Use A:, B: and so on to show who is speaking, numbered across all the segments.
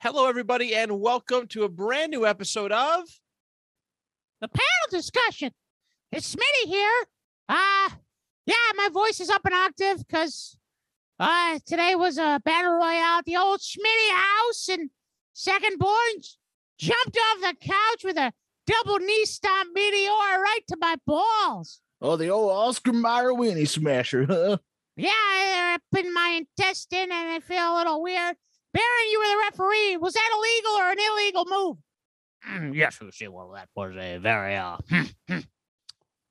A: Hello, everybody, and welcome to a brand new episode of
B: the panel discussion. It's Smitty here. Uh yeah, my voice is up an octave because uh today was a battle royale at the old Smitty house, and second born j- jumped off the couch with a double knee stomp meteor right to my balls.
C: Oh, the old Oscar Mayer Winnie Smasher, huh?
B: Yeah, they're up in my intestine, and I feel a little weird. Baron, you were the referee. Was that illegal or an illegal move?
D: Mm, yes, Lucy. Well, that was a very uh,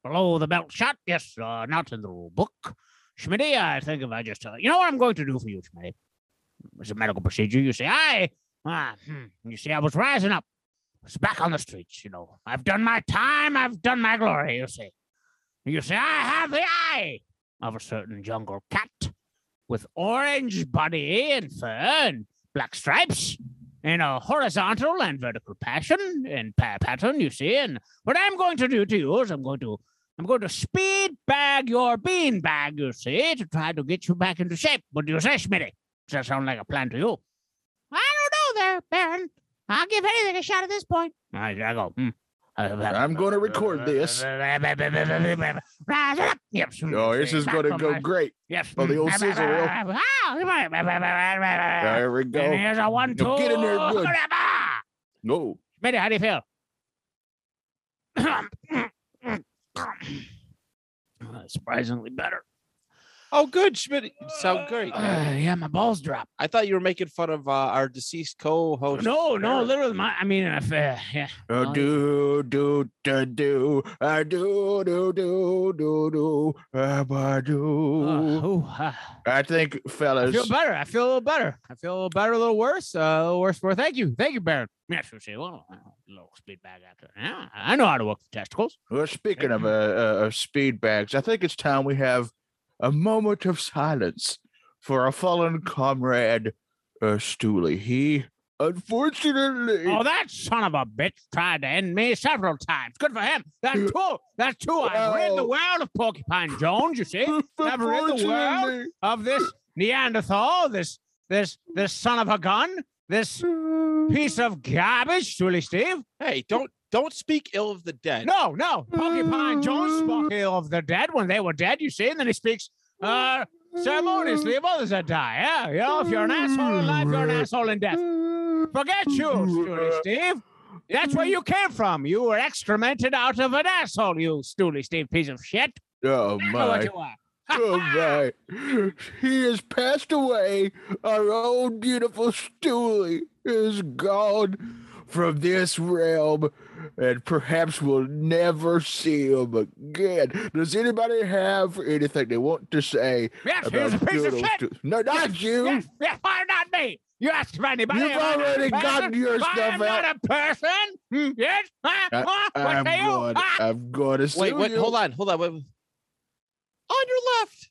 D: below the belt shot. Yes, uh, not in the rule book. Schmitty, I think if I just, uh, you know what I'm going to do for you, Schmitty? It's a medical procedure. You say, I, ah, hmm, you see, I was rising up. I was back on the streets, you know. I've done my time. I've done my glory, you see. You say, I have the eye of a certain jungle cat with orange body and fur and black stripes in a horizontal and vertical passion and pa- pattern, you see. And what I'm going to do to you is I'm going to I'm going to speed bag your bean bag, you see, to try to get you back into shape. What do you say, Smitty? Does that sound like a plan to you?
B: I don't know there, Baron. I'll give anything a shot at this point.
D: I, I go. Hmm.
C: I'm going to record this.
D: Rise up. Yep.
C: Oh, this is going to go great.
D: Yes.
C: Oh, the old scissor will.
D: Wow.
C: There we
D: And
C: go.
D: here's a one, two.
C: Now get in there good.
D: Hurrah!
C: No,
D: Smitty, how do you feel? Uh, Surprisingly better.
A: Oh, good, Schmidt. You Sound great.
D: Uh, yeah, my balls dropped.
A: I thought you were making fun of uh, our deceased co-host.
D: No, no,
A: Barrett.
D: literally, my. I mean, if, uh, yeah.
C: Uh,
D: Oh,
C: do do do do uh, do do do do do uh, ba,
D: Uh,
C: do.
D: ooh, uh,
C: I think,
E: I feel
C: fellas,
E: better. I feel a little better. I feel a little better, a little worse, uh, a little worse for. Thank you, thank you, Baron.
D: yeah, sure, see, well, a little speed back after. Yeah, I know how to work the testicles.
C: well, speaking of uh, uh, of speed bags, I think it's time we have a moment of silence for our fallen comrade, uh, Stooley. He unfortunately
D: Oh, that son of a bitch tried to end me several times. Good for him. That's two. That's two. I've read the
C: Well-
D: world of Porcupine Jones, you see. I've read the world
C: Unfortunately,
D: of this Neanderthal, this this this son of a gun, this piece of garbage, truly, Steve.
A: Hey, don't don't speak ill of the dead.
D: No, no. Porcupine Jones spoke ill of the dead when they were dead, you see, and then he speaks uh
C: Mm.
D: ceremoniously of others that die. Yeah, yeah. If you're an asshole in life, you're an asshole in death. Forget you, Stooley Steve. That's where you came from. You were excremented out of an asshole, you Stooley Steve piece of shit.
C: Oh
D: I know what
C: my.
D: you are.
C: Oh my. He has passed away. Our old beautiful Stooley is gone from this realm and perhaps we'll never see him again. Does anybody have anything they want to say?
D: Yes, he
C: About
D: was a piece of
C: Doodle
D: shit.
C: Stoo- No, not you.
D: Yes, yes, why not me? You asked for anybody.
C: You've
D: am I not a
C: already
D: person?
C: gotten your
D: If I
C: stuff
D: am not a person. Hmm, Yes. Huh? Huh?
C: I- I'm
D: what Ah! say you?
C: going,
D: Huh?
C: I'm going to see
A: Wait, wait,
C: you.
A: hold on, hold on. Wait. wait. On your left.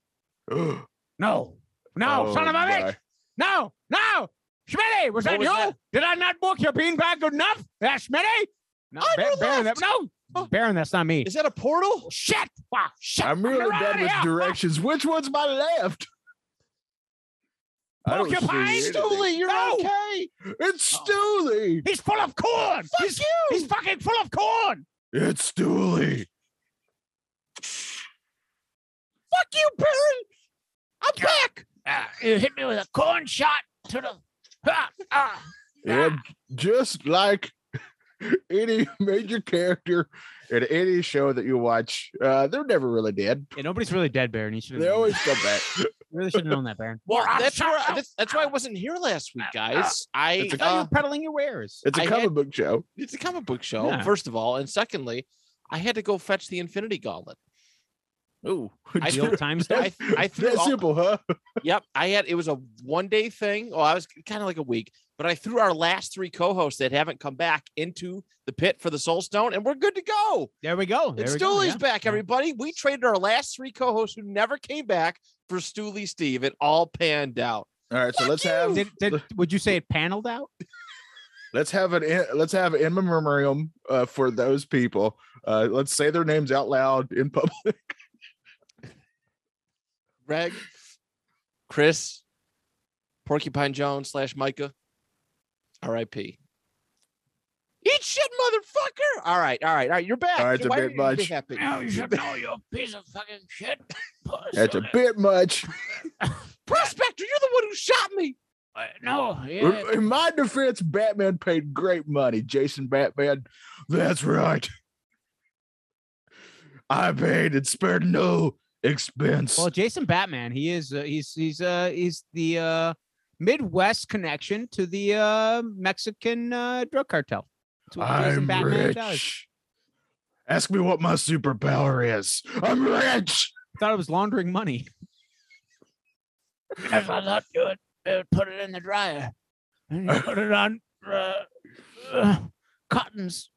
C: on.
D: No. No,
C: Oh,
D: son of a bitch. No, no. Schmitty, was
A: What
D: that
A: was
D: you?
A: that?
D: Did I not book your beanbag good enough? That's Schmitty? No,
A: On your
D: Baron,
A: left.
D: that, no.
A: Oh.
D: Baron, that's not me.
A: Is that a portal?
D: Shit. Wow, shit.
C: I'm really
D: Get
C: bad
D: outta
C: with
D: here.
C: directions. Which one's my left? I don't see
D: Porcupine
C: anything.
A: Stooley, you're
D: No.
A: okay.
C: It's Stooley.
D: He's full of corn.
A: Fuck
D: he's,
A: you.
D: he's fucking full of corn.
C: It's Stooley.
D: Fuck you, Baron. I'm back. uh, you hit me with a corn shot to the. Ah, ah.
C: And just like any major character in any show that you watch, uh, they're never really dead.
E: Yeah, nobody's really dead, Baron. You should
C: They always come back.
E: really should have known that, Baron.
A: Well,
D: Moron.
A: that's
D: Ah, Shut
A: where
D: up. Ah,
A: that's, that's why I wasn't here last week, guys. I
C: It's a-
A: uh,
E: You're peddling your wares.
C: It's a
A: I had-
C: comic book show.
A: it's a comic book show,
E: Yeah.
A: first of all, and secondly, I had to go fetch the Infinity Gauntlet.
C: Ooh.
A: I
D: Real
A: threw-
D: time
A: I,
D: stuff.
A: I threw
C: That
A: all-
C: simple, huh?
A: Yep, I had it was a one day thing. Oh, I was kind of like a week, but I threw our last three co-hosts that haven't come back into the pit for the Soul Stone, and we're good to go.
D: There we go. Oh, There
A: it's
D: we go.
A: Stooley's
D: yeah.
A: back, everybody. We traded our last three co-hosts who never came back for Stooley Steve. It all panned out.
C: All right, so let's have
D: Did, did, would you say it paneled out?
C: let's have an in, let's have in memoriam uh, for those people. Uh, let's say their names out loud in public.
A: Greg, Chris, Porcupine Jones slash Micah, R.I.P. Eat shit, motherfucker! All right, all right, all right. You're back.
C: All right, it's a
A: Why are
C: bit
A: you
C: much.
A: happy?
F: Now you should know you're a piece of fucking shit. puss.
C: That's a bit much.
A: Prospector, you're the one who shot me.
F: Uh, no, yeah,
C: In- In my defense, Batman paid great money. Jason Batman, that's right. I paid and spared no expense.
D: Well, Jason Batman, he is uh, he's he's uh he's the uh Midwest connection to the uh Mexican uh drug cartel. That's what Jason
C: I'm
D: Batman
C: rich.
D: does.
C: Ask me what my superpower is. I'm rich.
D: Thought it was laundering money.
F: if I thought you would uh, put it in the dryer and you put it on uh, uh, cottons.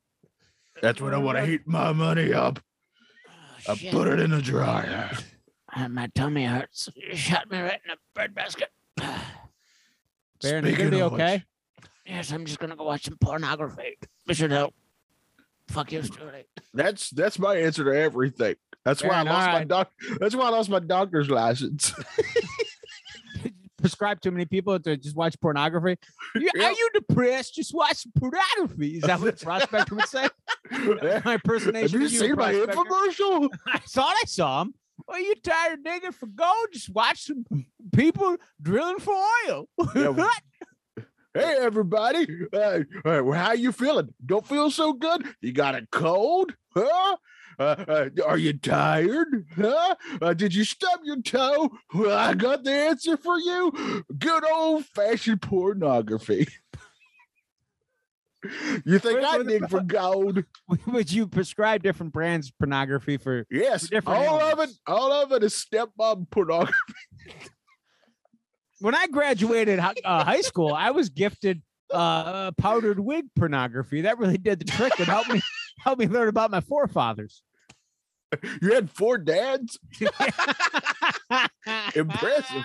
C: That's what I want to heat my money up.
F: Oh,
C: I
F: shit.
C: put it in the dryer.
F: Uh, my tummy hurts. You shot me right in the bread basket.
D: Baron, you
C: Speaking
D: gonna be
C: of which-
D: okay?
F: yes, I'm just gonna go watch some pornography. It should help. Fuck you, Stuart.
C: That's that's my answer to everything. That's why I
D: Baron, all
C: lost my
D: right.
C: doc. That's why I lost my doctor's license.
D: Prescribe too many people to just watch pornography. You, Are
C: Yep.
D: you depressed? Just watch pornography. Is that what the prospector would say? That was My
C: Have
D: impersonation.
C: you
D: of
C: seen my
D: prospector.
C: infomercial?
D: I thought I saw him. Are you tired of digging for gold? Just watch some people drilling for oil.
C: Yeah, well, Hey everybody, uh, uh, well, how you feeling? Don't feel so good? You got a cold? Huh? Uh, uh, are you tired? Huh? Uh, did you stub your toe? Well, I got the answer for you. Good old fashioned pornography. you think
D: Where's
C: I
D: the-
C: dig for gold?
D: Would you prescribe different brands of pornography for?
C: Yes,
D: Different
C: all of it.
D: animals.
C: All of it is stepmom pornography.
D: When I graduated hi- uh, high school, I was gifted uh, powdered wig pornography. That really did the trick and helped me help me learn about my forefathers.
C: You had four dads. Impressive.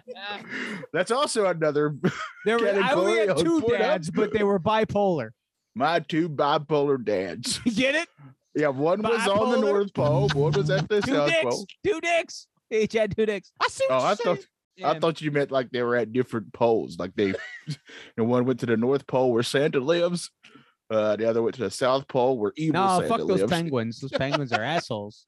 C: That's also another
D: There were, I only had
C: Categorical
D: two
C: porno-
D: dads, but they were bipolar.
C: my two bipolar dads.
D: You get it?
C: Yeah, one was on the
D: Bipolar?
C: North Pole, one was at the
D: Two
C: South
D: dicks.
C: Pole.
D: Two dicks. They Each had two dicks. I see
C: Oh, I thought I
D: And-
C: thought you meant like they were at different poles. Like they, and one went to the North Pole where Santa lives, uh, the other went to the South Pole where evil
D: No,
C: Santa
D: fuck those
C: lives.
D: penguins. Those penguins are assholes.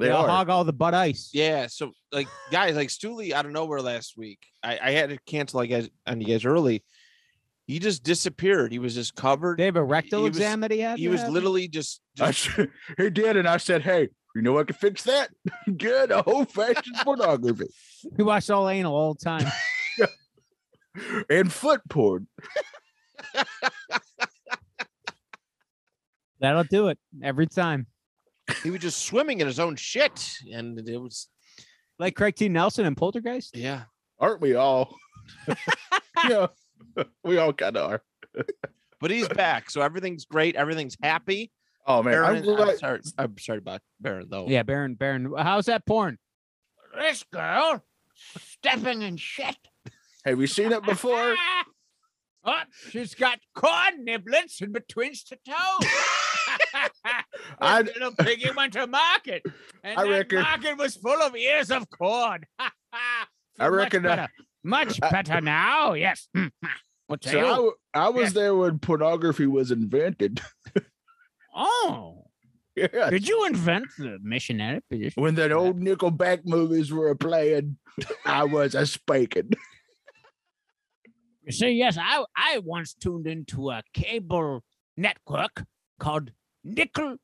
C: They
D: all
C: are.
D: hog all the butt ice.
A: Yeah. So like guys, like Stooley out of nowhere last week. I, I had to cancel I guys on you guys early. He just disappeared. He was just covered.
D: They have a rectal
A: was-
D: exam that he had.
A: he
D: to
A: was
D: have?
A: literally just,
C: I
A: just-
C: s- he did, and I said, "Hey, you know what can fix that? Good old fashioned pornography
D: He watched all anal all the time.
C: and foot porn."
D: That'll do it every time.
A: he was just swimming in his own shit. And it was
D: Like Craig T. Nelson and Poltergeist.
A: yeah.
C: Aren't we all? yeah, we all kind of are.
A: But he's back. So everything's great. Everything's happy.
C: Oh man,
A: Baron,
C: I'm
A: I'm,
C: glad-
A: sorry. I'm sorry about Baron
C: Oh.
A: though.
D: Yeah, Baron. Baron. How's that porn?
F: This girl stepping in shit.
C: have you seen it before?
F: Oh, she's got corn niblets in between her toes.
C: I
F: That little piggy went to market, and
C: I
F: that
C: reckon-
F: market was full of ears of corn.
C: I reckon.
F: Much
C: Uh,
F: better, much
C: I-
F: better now. Yes. Mm, mm. What say
C: So I,
F: you?
C: w- I was there when pornography was invented.
F: Oh,
C: yeah.
F: did you invent the missionary position?
C: When the old Nickelback movies were playing, I was a spaking.
F: You see, yes, I I once tuned into a cable network called Nickelodeon,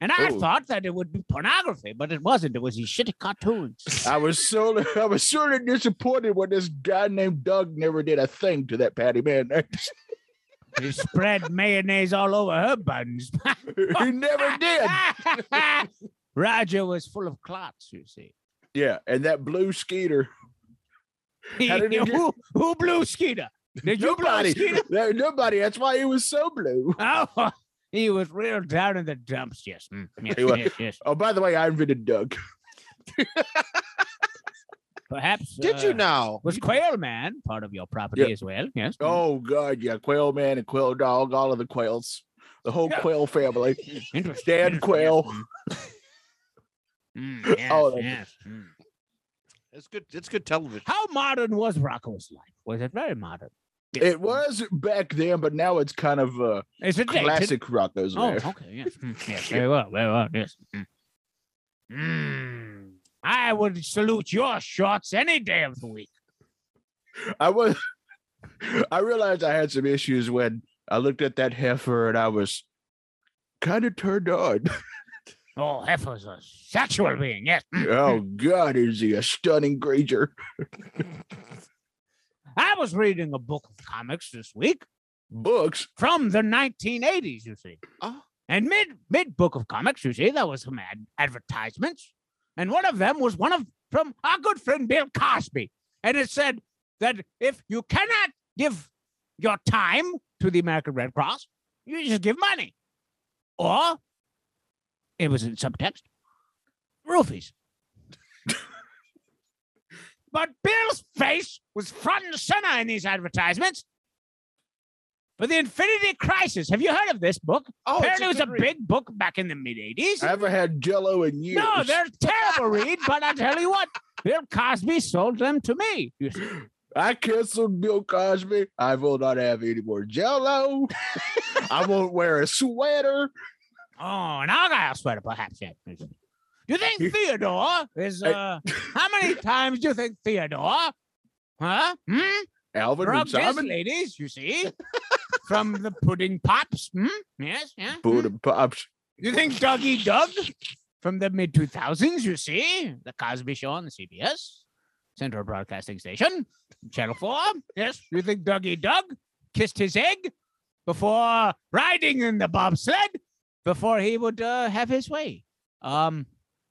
F: and I
C: Ooh.
F: thought that it would be pornography, but it wasn't. It was these shitty cartoons.
C: I was so I was sort of disappointed when this guy named Doug never did a thing to that Patty Mayonnaise.
F: He spread mayonnaise all over her buns.
C: he never did.
D: Roger was full of clots, you see.
C: Yeah, and that blue skeeter. How did he do-
D: who, who blew Skeeter? Did you blow
C: Nobody.
D: Skeeter?
C: No, nobody. That's why he was so blue.
D: Oh, he was real down in the dumps. Yes. mm, yes,
C: He was.
D: yes, yes.
C: Oh, by the way, I invented Doug.
D: Perhaps.
A: Did you
D: uh,
A: now?
D: Was Quail Man part of your property as well? Yes.
C: Oh God, yeah, Quail Man and Quail Dog, all of the quails, the whole
D: Yeah.
C: quail family.
D: mm, Interesting.
C: Dan
D: yes,
C: Quail.
D: Mm, yes,
C: Oh, that-
D: yes, mm.
A: It's good. It's good television.
D: How modern was Rocco's life? Was it very modern?
C: It was back then, but now it's kind of uh,
D: It's a
C: classic Rocco's
D: Oh,
C: there.
D: okay. Yes. Mm, yes. Very well. Very well. Yes. Mm. Mm, I would salute your shorts any day of the week.
C: I was. I realized I had some issues when I looked at that heifer and I was kind of turned on.
D: Oh, Heifer's a sexual being. Yes. Mm.
C: oh God, is he a stunning creature?
D: I was reading a book of comics this week
C: Books.
D: from the 1980s, you see.
A: Oh.
D: And mid mid book of comics, you see, there was some ad- advertisements, and one of them was one of from our good friend Bill Cosby, and it said that if you cannot give your time to the American Red Cross, you just give money, or it was in subtext, roofies. but Bill's face was front and center in these advertisements. For the Infinity Crisis, have you heard of this book?
A: Oh,
D: Apparently, it was a big book back in the mid 80s.
C: I haven't had Jello in years.
D: No, they're terrible read, but I tell you what, Bill Cosby sold them to me. You see.
C: I canceled Bill Cosby. I will not have any more Jello. I won't wear a sweater.
D: Oh, an Argyle sweater, perhaps. Yeah. you see. You think Theodore is,
C: Hey.
D: uh, how many times do you think Theodore, huh? Hmm?
C: Alvin and
D: Drugged his
C: Simon.
D: ladies, you see, from the pudding pops. Hmm? Yes, yeah. hmm?
C: Buddha pops.
D: You think Dougie Doug from the mid 2000s, you see? The Cosby Show on the CBS, Central Broadcasting Station, Channel 4. Yes, you think Dougie Doug kissed his egg before riding in the bobsled before he would uh, have his way?
G: Um,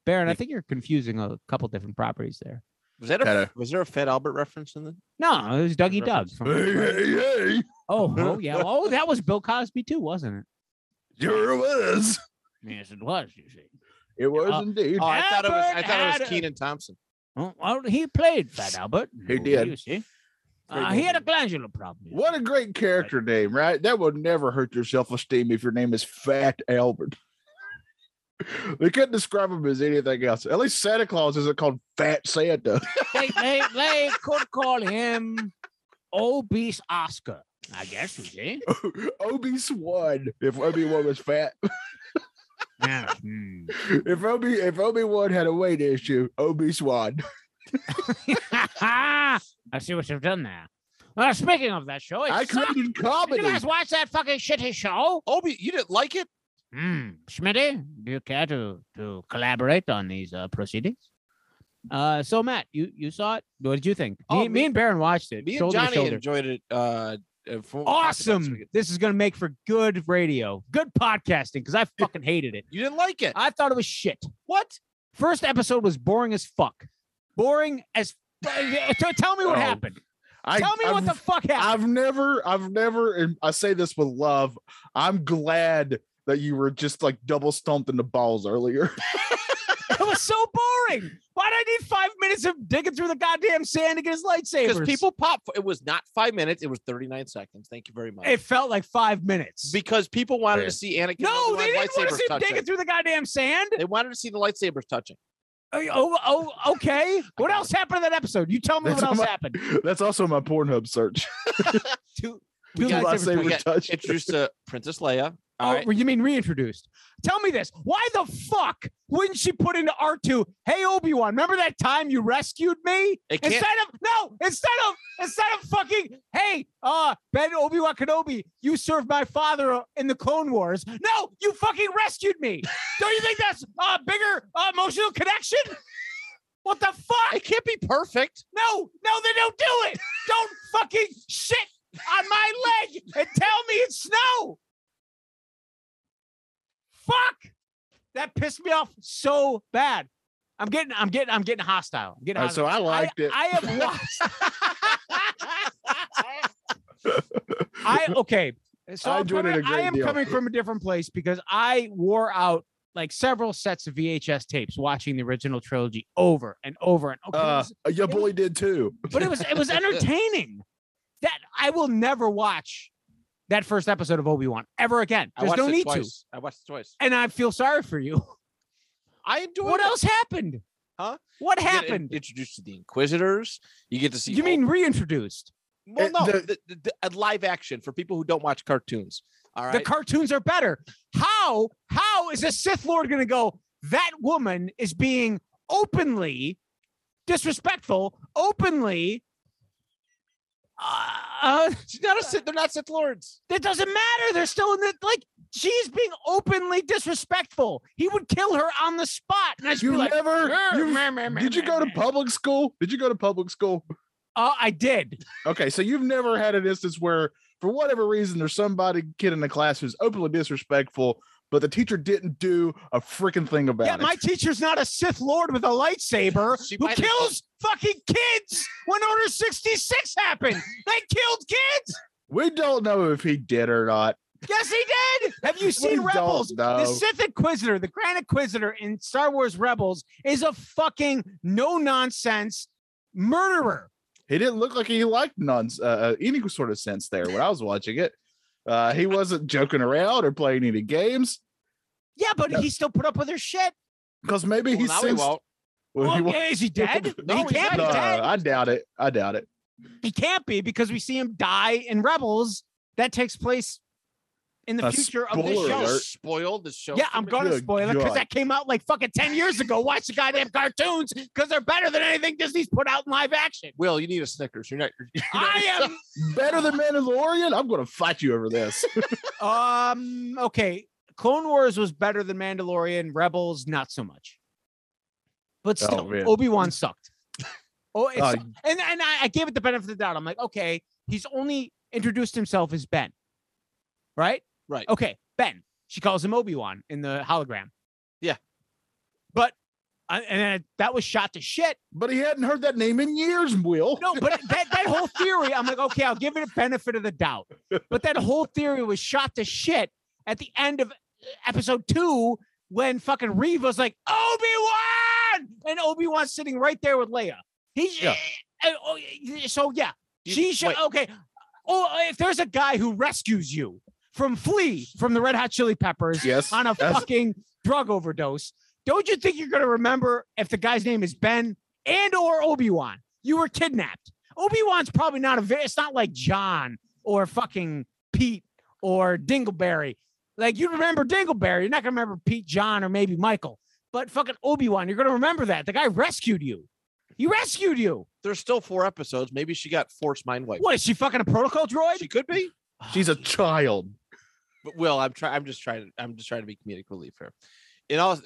G: Baron, I
A: Yeah.
G: think you're confusing a couple different properties there.
A: Was that a
C: Kinda.
A: was there a Fat Albert reference in the?
G: No, it was Dougie Doug.
A: reference.
G: from-
C: Hey, hey, hey.
G: oh, oh, yeah. Oh, that was Bill Cosby too, wasn't it?
C: Sure was.
D: Yes, it was, you see.
C: It was
D: Uh,
C: indeed.
A: Oh, I thought it was. I thought
D: Albert
A: it
D: had
A: was
D: a-
A: Keenan Thompson.
D: Oh, Well, he played Fat Albert. in the
C: He
D: movie,
C: did.
D: You see.
A: Great
D: Uh, he had a
A: movie.
D: glandular problem. you
C: what a great character name, right? That will never hurt your self esteem if your name is Fat Albert. we couldn't describe him as anything else. At least Santa Claus isn't called Fat Santa.
D: they, they, they could call him obese Oscar, I guess you see.
C: Oh. Obese One. If Obi Wan was fat,
D: Yeah. Hmm.
C: if Obi if Obi Wan had a weight issue, Obese One.
D: I see what you've done there. Well, speaking of that show, it
C: I
D: sucked.
C: created
D: Did
C: comedy.
D: you guys watch that fucking shitty show?
A: Obi, you didn't like it?
D: Hmm. Schmitty, do you care to to collaborate on these uh, proceedings?
G: Uh, so Matt, you you saw it. What did you think? me,
A: Oh,
G: me
A: me-
G: and Baron watched it.
A: Me and
G: shoulder to
A: Johnny
G: shoulder.
A: enjoyed it. Uh, uh, from what we talked about this
G: Awesome.
A: weekend.
G: This is gonna make for good radio, good podcasting, because I fucking hated it.
A: You didn't like it?
G: I thought it was shit. What? First episode was boring as fuck. Boring as. So tell me what
C: Oh,
G: happened.
C: I,
G: tell me what
C: I've-
G: the fuck happened.
C: I've never, I've never, and I say this with love. I'm glad that you were just like double stomped in the balls earlier.
G: it was so boring. Why did I need five minutes of digging through the goddamn sand to get his
A: Because
G: lightsabers?
A: people pop. It was not five minutes. It was thirty nine seconds. Thank you very much.
G: It felt like five minutes.
A: because people wanted
C: Yeah.
A: to see Anakin.
G: no, they didn't
A: Obi-Wan's
G: want to
A: lightsabers
G: see him
A: touching.
G: digging through the goddamn sand.
A: They wanted to see the lightsabers touching.
G: Oh, oh, oh, okay. What
A: got
G: else happened in that episode? You tell me
C: That's
G: what else
C: my-
G: happened.
C: That's also my Pornhub search.
G: Two,
A: We
G: two lightsabers
A: got-
C: lightsaber
G: touched.
A: got
C: touch.
A: Introduced to Princess Leia.
G: Oh,
A: All right.
G: you mean reintroduced? Tell me this: Why the fuck wouldn't she put into R two? Hey, Obi Wan, remember that time you rescued me?
A: It can't.
G: Instead of no, instead of instead of fucking hey, uh, Ben Obi Wan Kenobi, you served my father in the Clone Wars. No, you fucking rescued me. Don't you think that's a bigger uh, emotional connection? What the fuck?
A: It can't be perfect.
G: No, no, they don't do it. Don't fucking shit on my leg and tell me it's snow. Fuck.
D: That pissed me off so bad. I'm getting, I'm getting, I'm getting hostile. I'm getting
C: Uh,
D: hostile.
C: so I liked it.
D: I have watched. I okay. So
C: I
D: I'm
C: enjoyed it
D: coming,
C: a great
D: I am
C: deal.
D: coming from a different place because I wore out like several sets of VHS tapes watching the original trilogy over and over and over.
C: uh, your
D: it was-
C: boy did too.
D: but it was it was entertaining. That I will never watch that first episode of Obi Wan ever again.
A: I
D: There's
A: watched
D: no
A: it
D: need to.
A: twice. I watched it twice.
D: And I feel sorry for you.
A: I enjoyed
D: What
A: it.
D: else happened?
A: Huh?
D: What
A: You get in-
D: happened?
A: introduced to the Inquisitors. You get to see.
D: you mean reintroduced?
A: Well,
C: It-
A: no,
C: the-
A: the, the, uh, live action for people who don't watch cartoons. All right.
D: The cartoons are better. How how is a Sith Lord going to go? That woman is being openly disrespectful, openly. Uh, uh,
A: She's not a Sith. They're not Sith lords.
D: That doesn't matter. They're still in the like. She's being openly disrespectful. He would kill her on the spot, and I just
C: You
D: be like,
C: never.
D: "Grr,
C: you-
D: meh, meh, meh,
C: did you
D: meh,
C: go to
D: meh."
C: public school? Did you go to public school?
D: Uh, I did.
C: Okay, so you've never had an instance where, for whatever reason, there's somebody kid in the class who's openly disrespectful, but the teacher didn't do a freaking thing about
D: Yeah,
C: it.
D: my teacher's not a Sith Lord with a lightsaber
A: She
D: who
A: might have-
D: kills fucking kids. When Order sixty six happened, they killed kids.
C: we don't know if he did or not.
D: Yes, he did. Have you seen
C: we
D: Rebels?
C: Don't
D: The
C: know.
D: Sith Inquisitor, the Grand Inquisitor in Star Wars Rebels, is a fucking no nonsense murderer.
C: He didn't look like he liked none uh, uh, any sort of sense there when I was watching it. Uh, he wasn't joking around or playing any games
D: Yeah, but
C: No.
D: he still put up with her shit.
C: because maybe
A: Well,
C: he
A: now he
C: sensed.
A: won't.
C: well, he
D: Well,
C: wa-
D: yeah, is he dead?
A: No,
D: he
A: he's
D: can't be
A: not.
D: dead.
C: No, I doubt it. I doubt it.
D: He can't be because we see him die in Rebels. That takes place in the
C: A
D: future of this
C: spoiler
D: show.
C: alert.
A: Spoiled the show.
D: Yeah, I'm gonna
C: Good
D: spoil it because
C: God.
D: that came out like fucking ten years ago. Watch the goddamn cartoons because they're better than anything Disney's put out in live action.
A: Will, you need a Snickers. You're not. You're
D: I am
C: Better than Mandalorian. I'm going to fight you over this.
D: Um. Okay. Clone Wars was better than Mandalorian. Rebels, not so much. But
C: Oh,
D: still,
C: man.
D: Obi Wan sucked. Oh, it
C: Uh,
D: sucked. and and I, I gave it the benefit of the doubt. I'm like, okay, he's only introduced himself as Ben, right?
A: Right.
D: Okay, Ben. She calls him Obi Wan in the hologram.
A: Yeah.
D: But I- and then that was shot to shit.
C: but he hadn't heard that name in years, Will.
D: No, but that, that whole theory, I'm like, okay, I'll give it a benefit of the doubt. But that whole theory was shot to shit at the end of episode two when fucking Reva's like, Obi Wan! And Obi Wan's sitting right there with Leia. He's,
A: Yeah.
D: and- oh, y- so yeah,
A: You-
D: she should,
A: wait.
D: okay. Oh, if there's a guy who rescues you from Flea from the Red Hot Chili Peppers
C: Yes.
D: on a
C: that's-
D: fucking drug overdose. Don't you think you're gonna remember if the guy's name is Ben and or Obi Wan? You were kidnapped. Obi Wan's probably not a. ve- It's not like John or fucking Pete or Dingleberry. Like you remember Dingleberry, you're not gonna remember Pete, John, or maybe Michael. But fucking Obi Wan, you're gonna remember that the guy rescued you. He rescued you.
A: There's still four episodes. Maybe she got forced mind wiped.
D: What is she fucking a protocol droid?
A: She could be.
C: She's a child.
A: But Will, I'm trying. I'm just trying. I'm just trying to be comedic relief here. And all,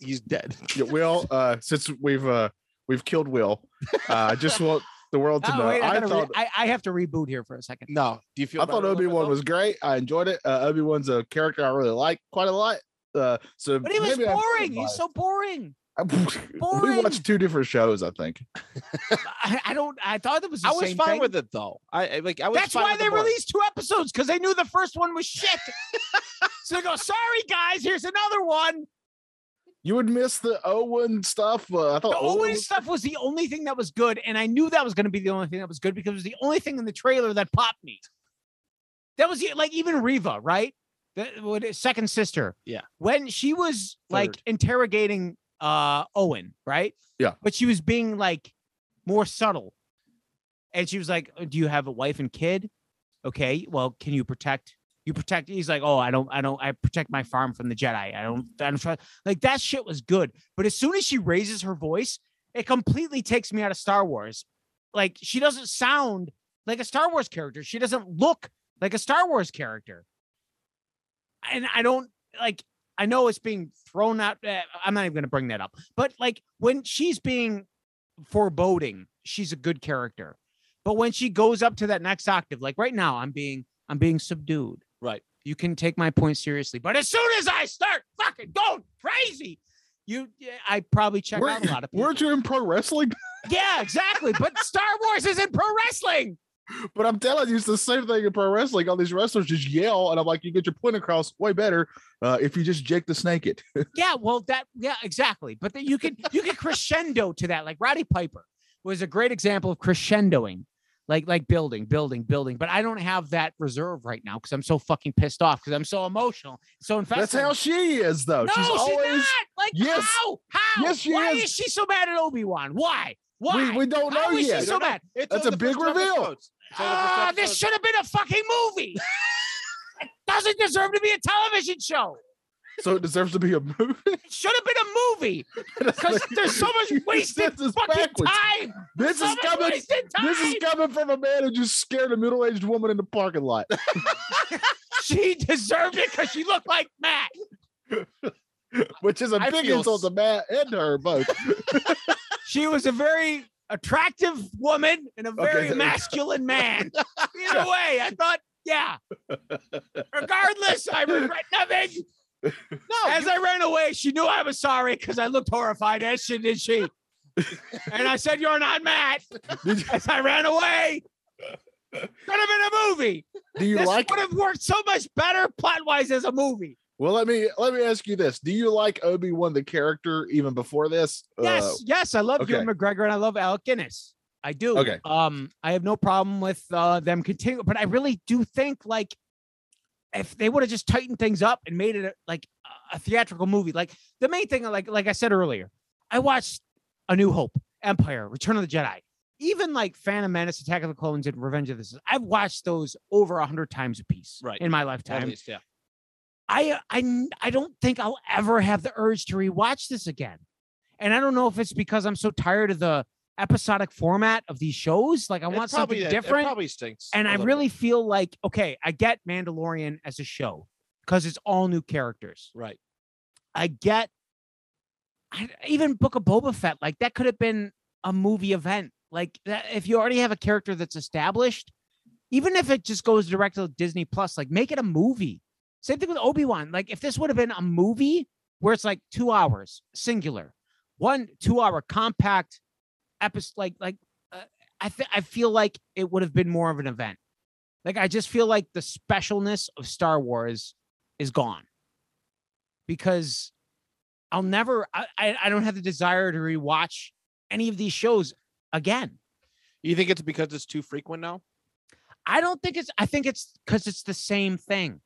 A: he's dead.
C: Yeah, Will, uh, since we've uh, we've killed Will, uh, I just want the world to
D: Oh,
C: know.
D: wait, I,
C: I
D: gotta re-
C: thought
D: I, I have to reboot here for a second.
A: No. Do you feel?
C: I
A: better
C: thought
A: a little
C: Obi
A: bit,
C: Wan
A: though?
C: was great. I enjoyed it. Uh, Obi Wan's a character I really like quite a lot. Uh, so
D: But he was
C: maybe I'm
D: boring. He's
C: biased.
D: so boring.
C: we watched two different shows, I think.
D: I, I don't. I thought it was. The
A: I was
D: same
A: fine
D: thing.
A: with it though. I I- like. I was.
D: That's
A: fine
D: why
A: with the
D: they
A: board.
D: released two episodes because they knew the first one was shit. so they go, "Sorry guys, here's another one."
C: You would miss the Owen stuff. Uh, I thought
D: The Owen
C: Owen-
D: stuff was the only thing that was good, and I knew that was going to be the only thing that was good because it was the only thing in the trailer that popped me. That was the- like even Riva, right? The what is- second sister.
A: Yeah.
D: When she was like
A: Third.
D: interrogating uh Owen, right?
C: Yeah.
D: But she was being like more subtle. And she was like, "Oh, "Do you have a wife and kid?" Okay. Well, can you protect you protect he's like, "Oh, I don't I don't I protect my farm from the Jedi. I don't I don't try." Like that shit was good. But as soon as she raises her voice, it completely takes me out of Star Wars. Like she doesn't sound like a Star Wars character. She doesn't look like a Star Wars character. And I don't like I know it's being thrown out eh, I'm not even going to bring that up. But like when she's being foreboding, she's a good character. But when she goes up to that next octave, like right now I'm being I'm being subdued.
A: Right.
D: You can take my point seriously. But as soon as I start fucking going crazy. You, eh, I probably check
C: We're-
D: out a lot of people.
C: We're doing pro wrestling,
D: Yeah, exactly. But Star Wars isn't pro wrestling.
C: but I'm telling you, it's the same thing in pro wrestling. All these wrestlers just yell, and I'm like, you get your point across way better uh, if you just Jake the Snake it.
D: Yeah, well, that yeah, exactly. But then you could you could crescendo to that. Like Roddy Piper was a great example of crescendoing, like like building, building, building. But I don't have that reserve right now because I'm so fucking pissed off because I'm so emotional, so
C: That's
D: invested.
C: how she is, though.
D: no,
C: she's
D: she's,
C: always.
D: not. Like
C: Yes.
D: how? How?
C: Yes, she
D: Why
C: is.
D: is. she so mad at Obi Wan? Why? Why?
C: We, we don't know
D: How is
C: yet.
D: she so bad?
A: It's
C: That's
A: on
C: a
A: the
C: big
A: first
C: reveal.
A: episodes. It's on the first
D: Ah, this
A: episodes.
D: should have been a fucking movie. it doesn't deserve to be a television show.
C: so it deserves to be a movie.
D: It should have been a movie because there's so much
C: You
D: wasted
C: said this
D: fucking
C: backwards.
D: time.
C: This
D: so
C: is
D: much
C: coming.
D: wasted time.
C: This is coming from a man who just scared a middle-aged woman in the parking lot.
D: she deserved it because she looked like Matt.
C: which is a
D: I
C: big
D: feel
C: insult to Matt and her both.
D: She was a very attractive woman and a very
C: there you go.
D: masculine man. Either way, I thought, yeah. Regardless, I regret nothing. No, as I ran away, she knew I was sorry because I looked horrified, as she did she. and I said, "You're not Matt."
C: Did you-
D: As I ran away, could have been a movie.
C: Do you
D: this
C: like?
D: would have worked so much better plot-wise as a movie.
C: Well, let me let me ask you this: Do you like Obi Wan the character even before this? Uh,
D: Yes, yes, I love
C: okay.
D: Ewan McGregor and I love Alec Guinness. I do.
C: Okay.
D: Um, I have no problem with uh, them continuing, but I really do think like if they would have just tightened things up and made it a, like a theatrical movie, like the main thing, like like I said earlier, I watched A New Hope, Empire, Return of the Jedi, even like Phantom Menace, Attack of the Clones, and Revenge of the Sith. I've watched those over a hundred times apiece
A: Right.
D: in my
A: At
D: lifetime.
A: least, yeah.
D: I uh, I n- I don't think I'll ever have the urge to rewatch this again. And I don't know if it's because I'm so tired of the episodic format of these shows. Like I
A: It
D: want
A: probably-
D: something
A: it- It
D: different.
A: probably stinks.
D: and
A: a
D: I
A: little
D: really
A: bit.
D: feel like okay, I get Mandalorian as a show because it's all new characters.
A: right.
D: I get I, even Book of Boba Fett. Like that could have been a movie event. Like that, if you already have a character that's established, even if it just goes direct to Disney Plus, like make it a movie. Same thing with Obi Wan. Like if this would have been a movie where it's like two hours singular, one two hour compact episode, like like uh, I th- I feel like it would have been more of an event. Like I just feel like the specialness of Star Wars is gone because I'll never I, I I don't have the desire to rewatch any of these shows again.
A: You think it's because it's too frequent now?
D: I don't think it's I think it's cuz it's the same thing.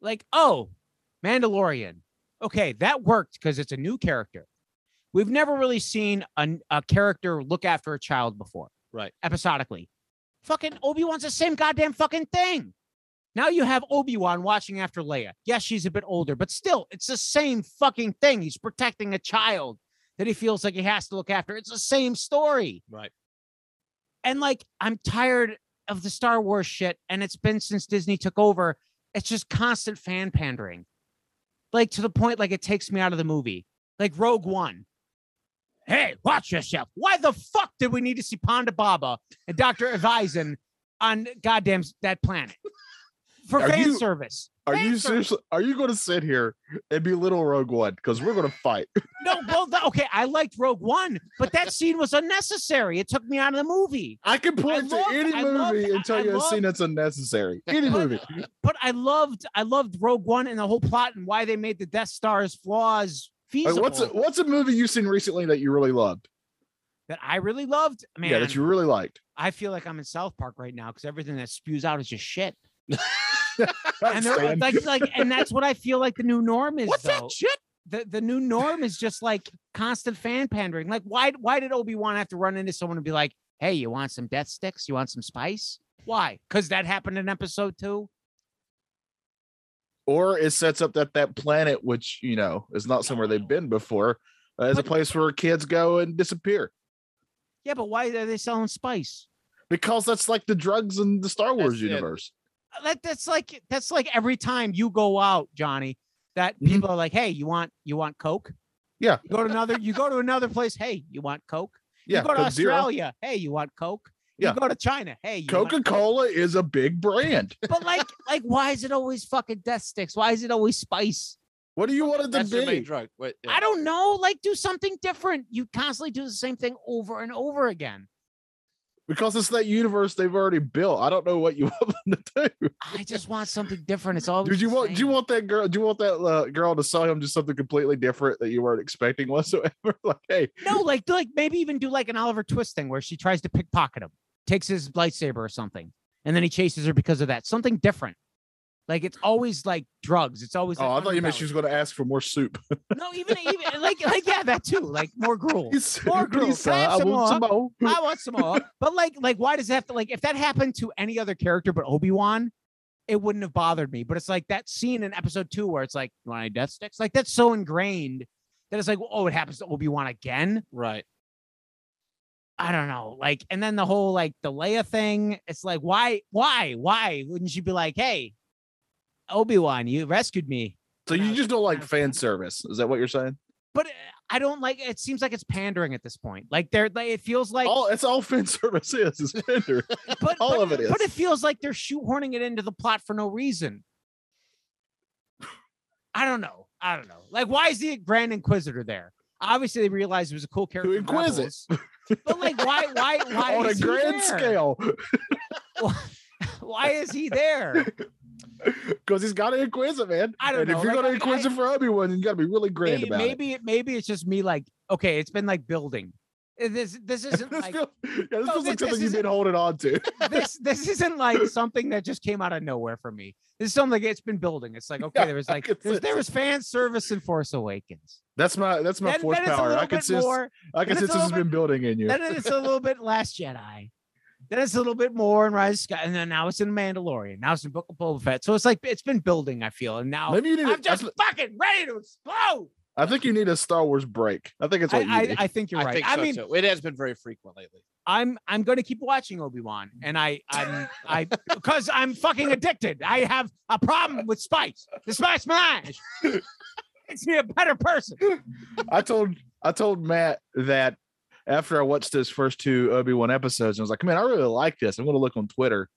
D: Like, oh, Mandalorian. Okay, that worked cuz it's a new character. We've never really seen a, a character look after a child before.
A: Right.
D: Episodically. Fucking Obi-Wan's the same goddamn fucking thing. Now you have Obi-Wan watching after Leia. Yes, she's a bit older, but still, it's the same fucking thing. He's protecting a child that he feels like he has to look after. It's the same story.
A: Right.
D: And like, I'm tired of the Star Wars shit, and it's been since Disney took over. It's just constant fan pandering, like to the point like it takes me out of the movie. Like Rogue One. Hey, watch yourself. Why the fuck did we need to see Ponda Baba and Doctor Evison on goddamn s- that planet for
C: Are
D: fan
C: you-
D: service?
C: Are you
D: Fan service.
C: seriously? Are you going to sit here and belittle Rogue One? Because we're going to fight.
D: No, well, th- okay, I liked Rogue One, but that scene was unnecessary. It took me out of the movie.
C: I can point to
D: loved-
C: any
D: I
C: movie
D: loved-
C: and tell
D: I- I
C: you a scene
D: loved-
C: that's unnecessary. Any
D: But-
C: movie.
D: But I loved, I loved Rogue One and the whole plot and why they made the Death Star's flaws
C: Like,
D: feasible.
C: what's a, what's a movie you've seen recently that you really loved?
D: that I really loved. Man,
C: Yeah, that you really liked.
D: I feel like I'm in South Park right now because everything that spews out is just shit.
C: I
D: And they're
C: understand.
D: like, like, and that's what I feel like the new norm is. though.
A: shit?
D: the the new norm is just like constant fan pandering. Like, why why did Obi Wan have to run into someone and be like, "Hey, you want some death sticks? You want some spice?" Why? Because that happened in episode two.
C: or it sets up that that planet, which you know is not somewhere they've been before, uh, as a
D: But-
C: place where kids go and disappear.
D: Yeah, but why are they selling spice?
C: because that's like the drugs in the Star Wars
A: That's it.
C: universe.
D: That that's like that's like every time you go out, Johnny. That
C: Mhm.
D: people are like, "Hey, you want you want Coke?"
C: Yeah.
D: You go to another. You go to another place. Hey, you want Coke?
C: Yeah,
D: You go to
C: Coke Zero.
D: Australia. Hey, you want Coke?
C: Yeah.
D: You go to China. Hey, you want
C: Coca-Cola is a big brand.
D: but like like why is it always fucking death sticks why is it always spice
C: What do you want it to
A: That's
C: be?
A: your main drug. Wait, yeah.
D: I don't know. Like, do something different. You constantly do the same thing over and over again.
C: because it's that universe they've already built. I don't know what you want them to do.
D: I just want something different. It's all.
C: Did you want? Do you want that girl? Do you want that uh, girl to sell him just something completely different that you weren't expecting whatsoever? like, hey,
D: No, like, do, like maybe even do like an Oliver Twist thing where she tries to pickpocket him, takes his lightsaber or something, and then he chases her because of that. Something different. Like it's always like drugs. It's always.
C: oh, I
D: like,
C: thought you meant she
D: underbelly.
C: was going to ask for more soup.
D: No, even even like like yeah, that too. Like more gruel.
C: Please,
D: More gruel.
C: please, sir,
D: Can I have
C: I
D: some
C: want some more.
D: I want some more. But like, like, why does it have to like if that happened to any other character but Obi Wan, it wouldn't have bothered me. But it's like that scene in episode two where it's like, you want any death sticks? Like that's so ingrained that it's like, oh, it happens to Obi Wan again.
A: Right.
D: I don't know. Like, and then the whole like the Leia thing. It's like, why, why, why wouldn't you be like, hey, Obi Wan, you rescued me?
C: So you just don't like fan service? Is that what you're saying?
D: But uh, I don't like. It seems like it's pandering at this point. Like they're like it feels like
C: all it's all fan service is is Tinder.
D: but,
C: all
D: but-
C: of it
D: But
C: is.
D: it feels like they're shoehorning it into the plot for no reason. I don't know. I don't know. Like, why is the Grand Inquisitor there? Obviously, they realized it was a cool character. in
C: inquisit.
D: Rebels, But like, why? Why? Why
C: on a
D: is he
C: grand
D: there?
C: scale
D: Why is he there?
C: because he's got to inquisit, man.
D: I don't
C: and
D: know,
C: If you're
D: like,
C: going
D: I-
C: to inquisit for Obi Wan, you got to be really grand
D: maybe
C: about it.
D: maybe, it- maybe it's just me. Like, okay, it's been like building. Uh, This this isn't
C: This
D: like
C: feels- yeah, this
D: no,
C: feels
D: thi- this
C: like something you've
D: isn't-
C: been holding on to.
D: this this isn't like something that just came out of nowhere for me. This is something it's been building. It's like okay,
C: Yeah,
D: there was
C: I
D: like
C: can
D: there was,
C: sense
D: there
C: it.
D: was fan service in Force Awakens.
C: That's my that's my
D: Then-
C: force
D: then it's a
C: power.
D: little
C: I can
D: bit
C: sense
D: more.
C: I can
D: then it's
C: sense
D: a
C: this has
D: little
C: been building in you.
D: Then it's a little bit Last Jedi. Then it's a little bit more in Rise of Sky, and then now it's in Mandalorian. Now it's in Book of Boba Fett. So it's like it's been building. I feel, and now
C: Maybe you need.
D: I'm
C: a- I
D: just
C: th-
D: fucking ready to explode.
C: I think you need a Star Wars break. I think it's
D: I,
C: what you
D: I,
C: need.
D: I think you're
A: I
D: right.
A: think
D: I
A: so
D: mean,
A: too. It has been very frequent lately.
D: I'm I'm going to keep watching Obi Wan, and I I'm I because I'm fucking addicted. I have a problem with spice. The spice melange makes me a better person.
C: I told I told Matt that after I watched those first two Obi Wan episodes, I was like, man, I really like this. I'm going to look on Twitter,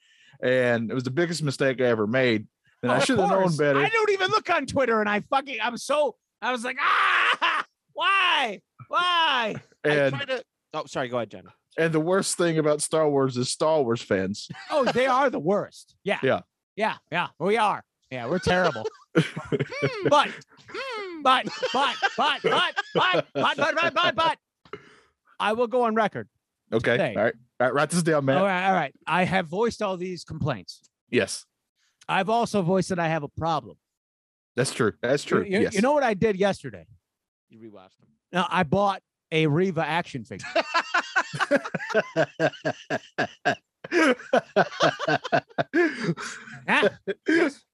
C: and it was the biggest mistake I ever made. And I
D: Oh, Of
C: should have known
D: course.
C: better.
D: I don't even look on Twitter, and I fucking I'm so I was like ah why why
A: I
C: And
A: try to, oh, sorry. Go ahead, John.
C: and the worst thing about Star Wars is Star Wars fans.
D: oh they are the worst yeah
C: Yeah.
D: yeah yeah we are yeah we're terrible but but but but but but but but but but but I will go on record.
C: Okay,
D: Hey.
C: all right, all right, write this down, Matt.
D: All right, all right. I have voiced all these complaints.
C: Yes,
D: I've also voiced that I have a problem.
C: that's true. That's
D: You-
C: true.
D: You,
C: yes.
D: you know what I did yesterday?
A: You rewatched them.
D: Now I bought a Riva action figure. Huh?
C: was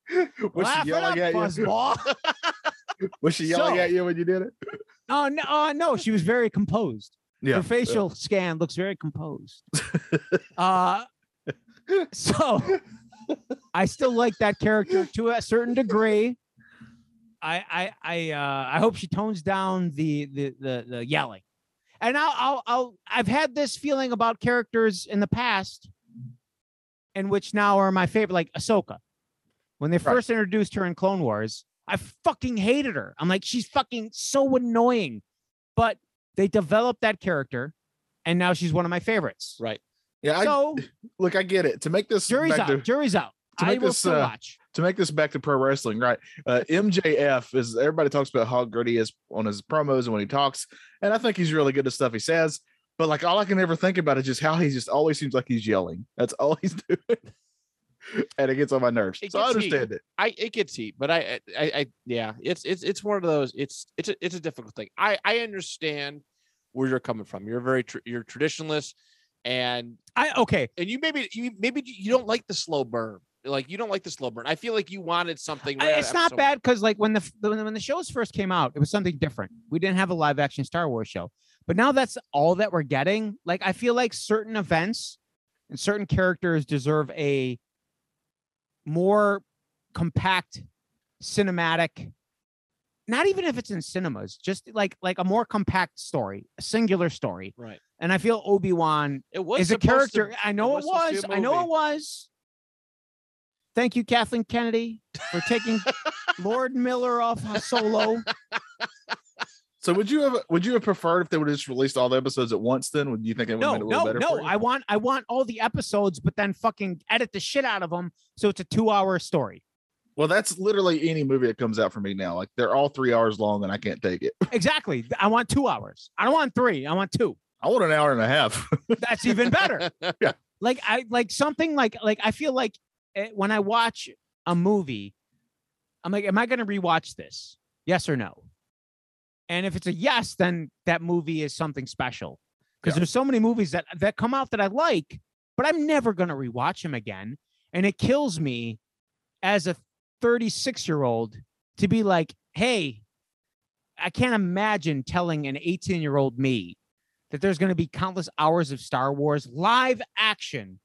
D: Laugh
C: she
D: it
C: yelling
D: up,
C: at you?
D: Buzzball.
C: Was she yelling
D: So-
C: at you when you did it?
D: oh no, oh, no, she was very composed.
C: Yeah.
D: Her facial scan looks very composed. uh so I still like that character to a certain degree. I I I uh I hope she tones down the the the, the yelling. And I'll, I'll I'll I've had this feeling about characters in the past and which now are my favorite like Ahsoka. When they
C: Right.
D: first introduced her in Clone Wars, I fucking hated her. I'm like she's fucking so annoying. But they developed that character and now she's one of my favorites.
A: Right.
C: Yeah. I,
D: So
C: look, I get it. To make this
D: jury's
C: back
D: out.
C: to,
D: jury's out.
C: to
D: I
C: make
D: will
C: this,
D: still
C: uh,
D: watch.
C: to make this back to pro wrestling, right? Uh, MJF is everybody talks about how good he is on his promos and when he talks, and I think he's really good at stuff he says. But like all I can ever think about is just how he just always seems like he's yelling. That's all he's doing, and it gets on my nerves.
A: It
C: so I
A: gets heat.
C: understand it.
A: I it gets heat, but I, I I yeah, it's it's it's one of those. It's it's a, it's a difficult thing. I I understand where you're coming from. You're very tr- you're traditionalist, and
D: I okay.
A: and you maybe you maybe you don't like the slow burn. Like you don't like the slow burn. I feel like you wanted something.
D: I-
A: right out
D: it's
A: of
D: not
A: episode
D: bad because like when the f- the- when the shows first came out, it was something different. We didn't have a live action Star Wars show, but now that's all that we're getting. Like I feel like certain events and certain characters deserve a more compact cinematic. Not even if it's in cinemas, just like like a more compact story, a singular story.
A: Right.
D: And I feel Obi Wan
A: It was
D: is a
A: supposed to-
D: character. I know
A: was
D: it
A: supposed to
D: was.
A: be a
D: I know it
A: movie.
D: was. Thank you, Kathleen Kennedy, for taking Lord Miller off solo.
C: So would you have would you have preferred if they would have just released all the episodes at once? Then would you think it would
D: No,
C: have been a little
D: no,
C: better?
D: no.
C: for you?
D: I want I want all the episodes, but then fucking edit the shit out of them so it's a two-hour story.
C: well, that's literally any movie that comes out for me now. Like they're all three hours long, and I can't take it.
D: Exactly. I want two hours. I don't want three. I want two.
C: I want an hour and a half.
D: That's even better.
C: Yeah.
D: Like I like something like like I feel like eh, when I watch a movie, I'm like, am I going to rewatch this? Yes or no? And if it's a yes, then that movie is something special because
C: Yeah.
D: there's so many movies that that come out that I like, but I'm never going to rewatch them again, and it kills me as a 36 year old to be like, hey, I can't imagine telling an 18 year old me that there's going to be countless hours of Star Wars live action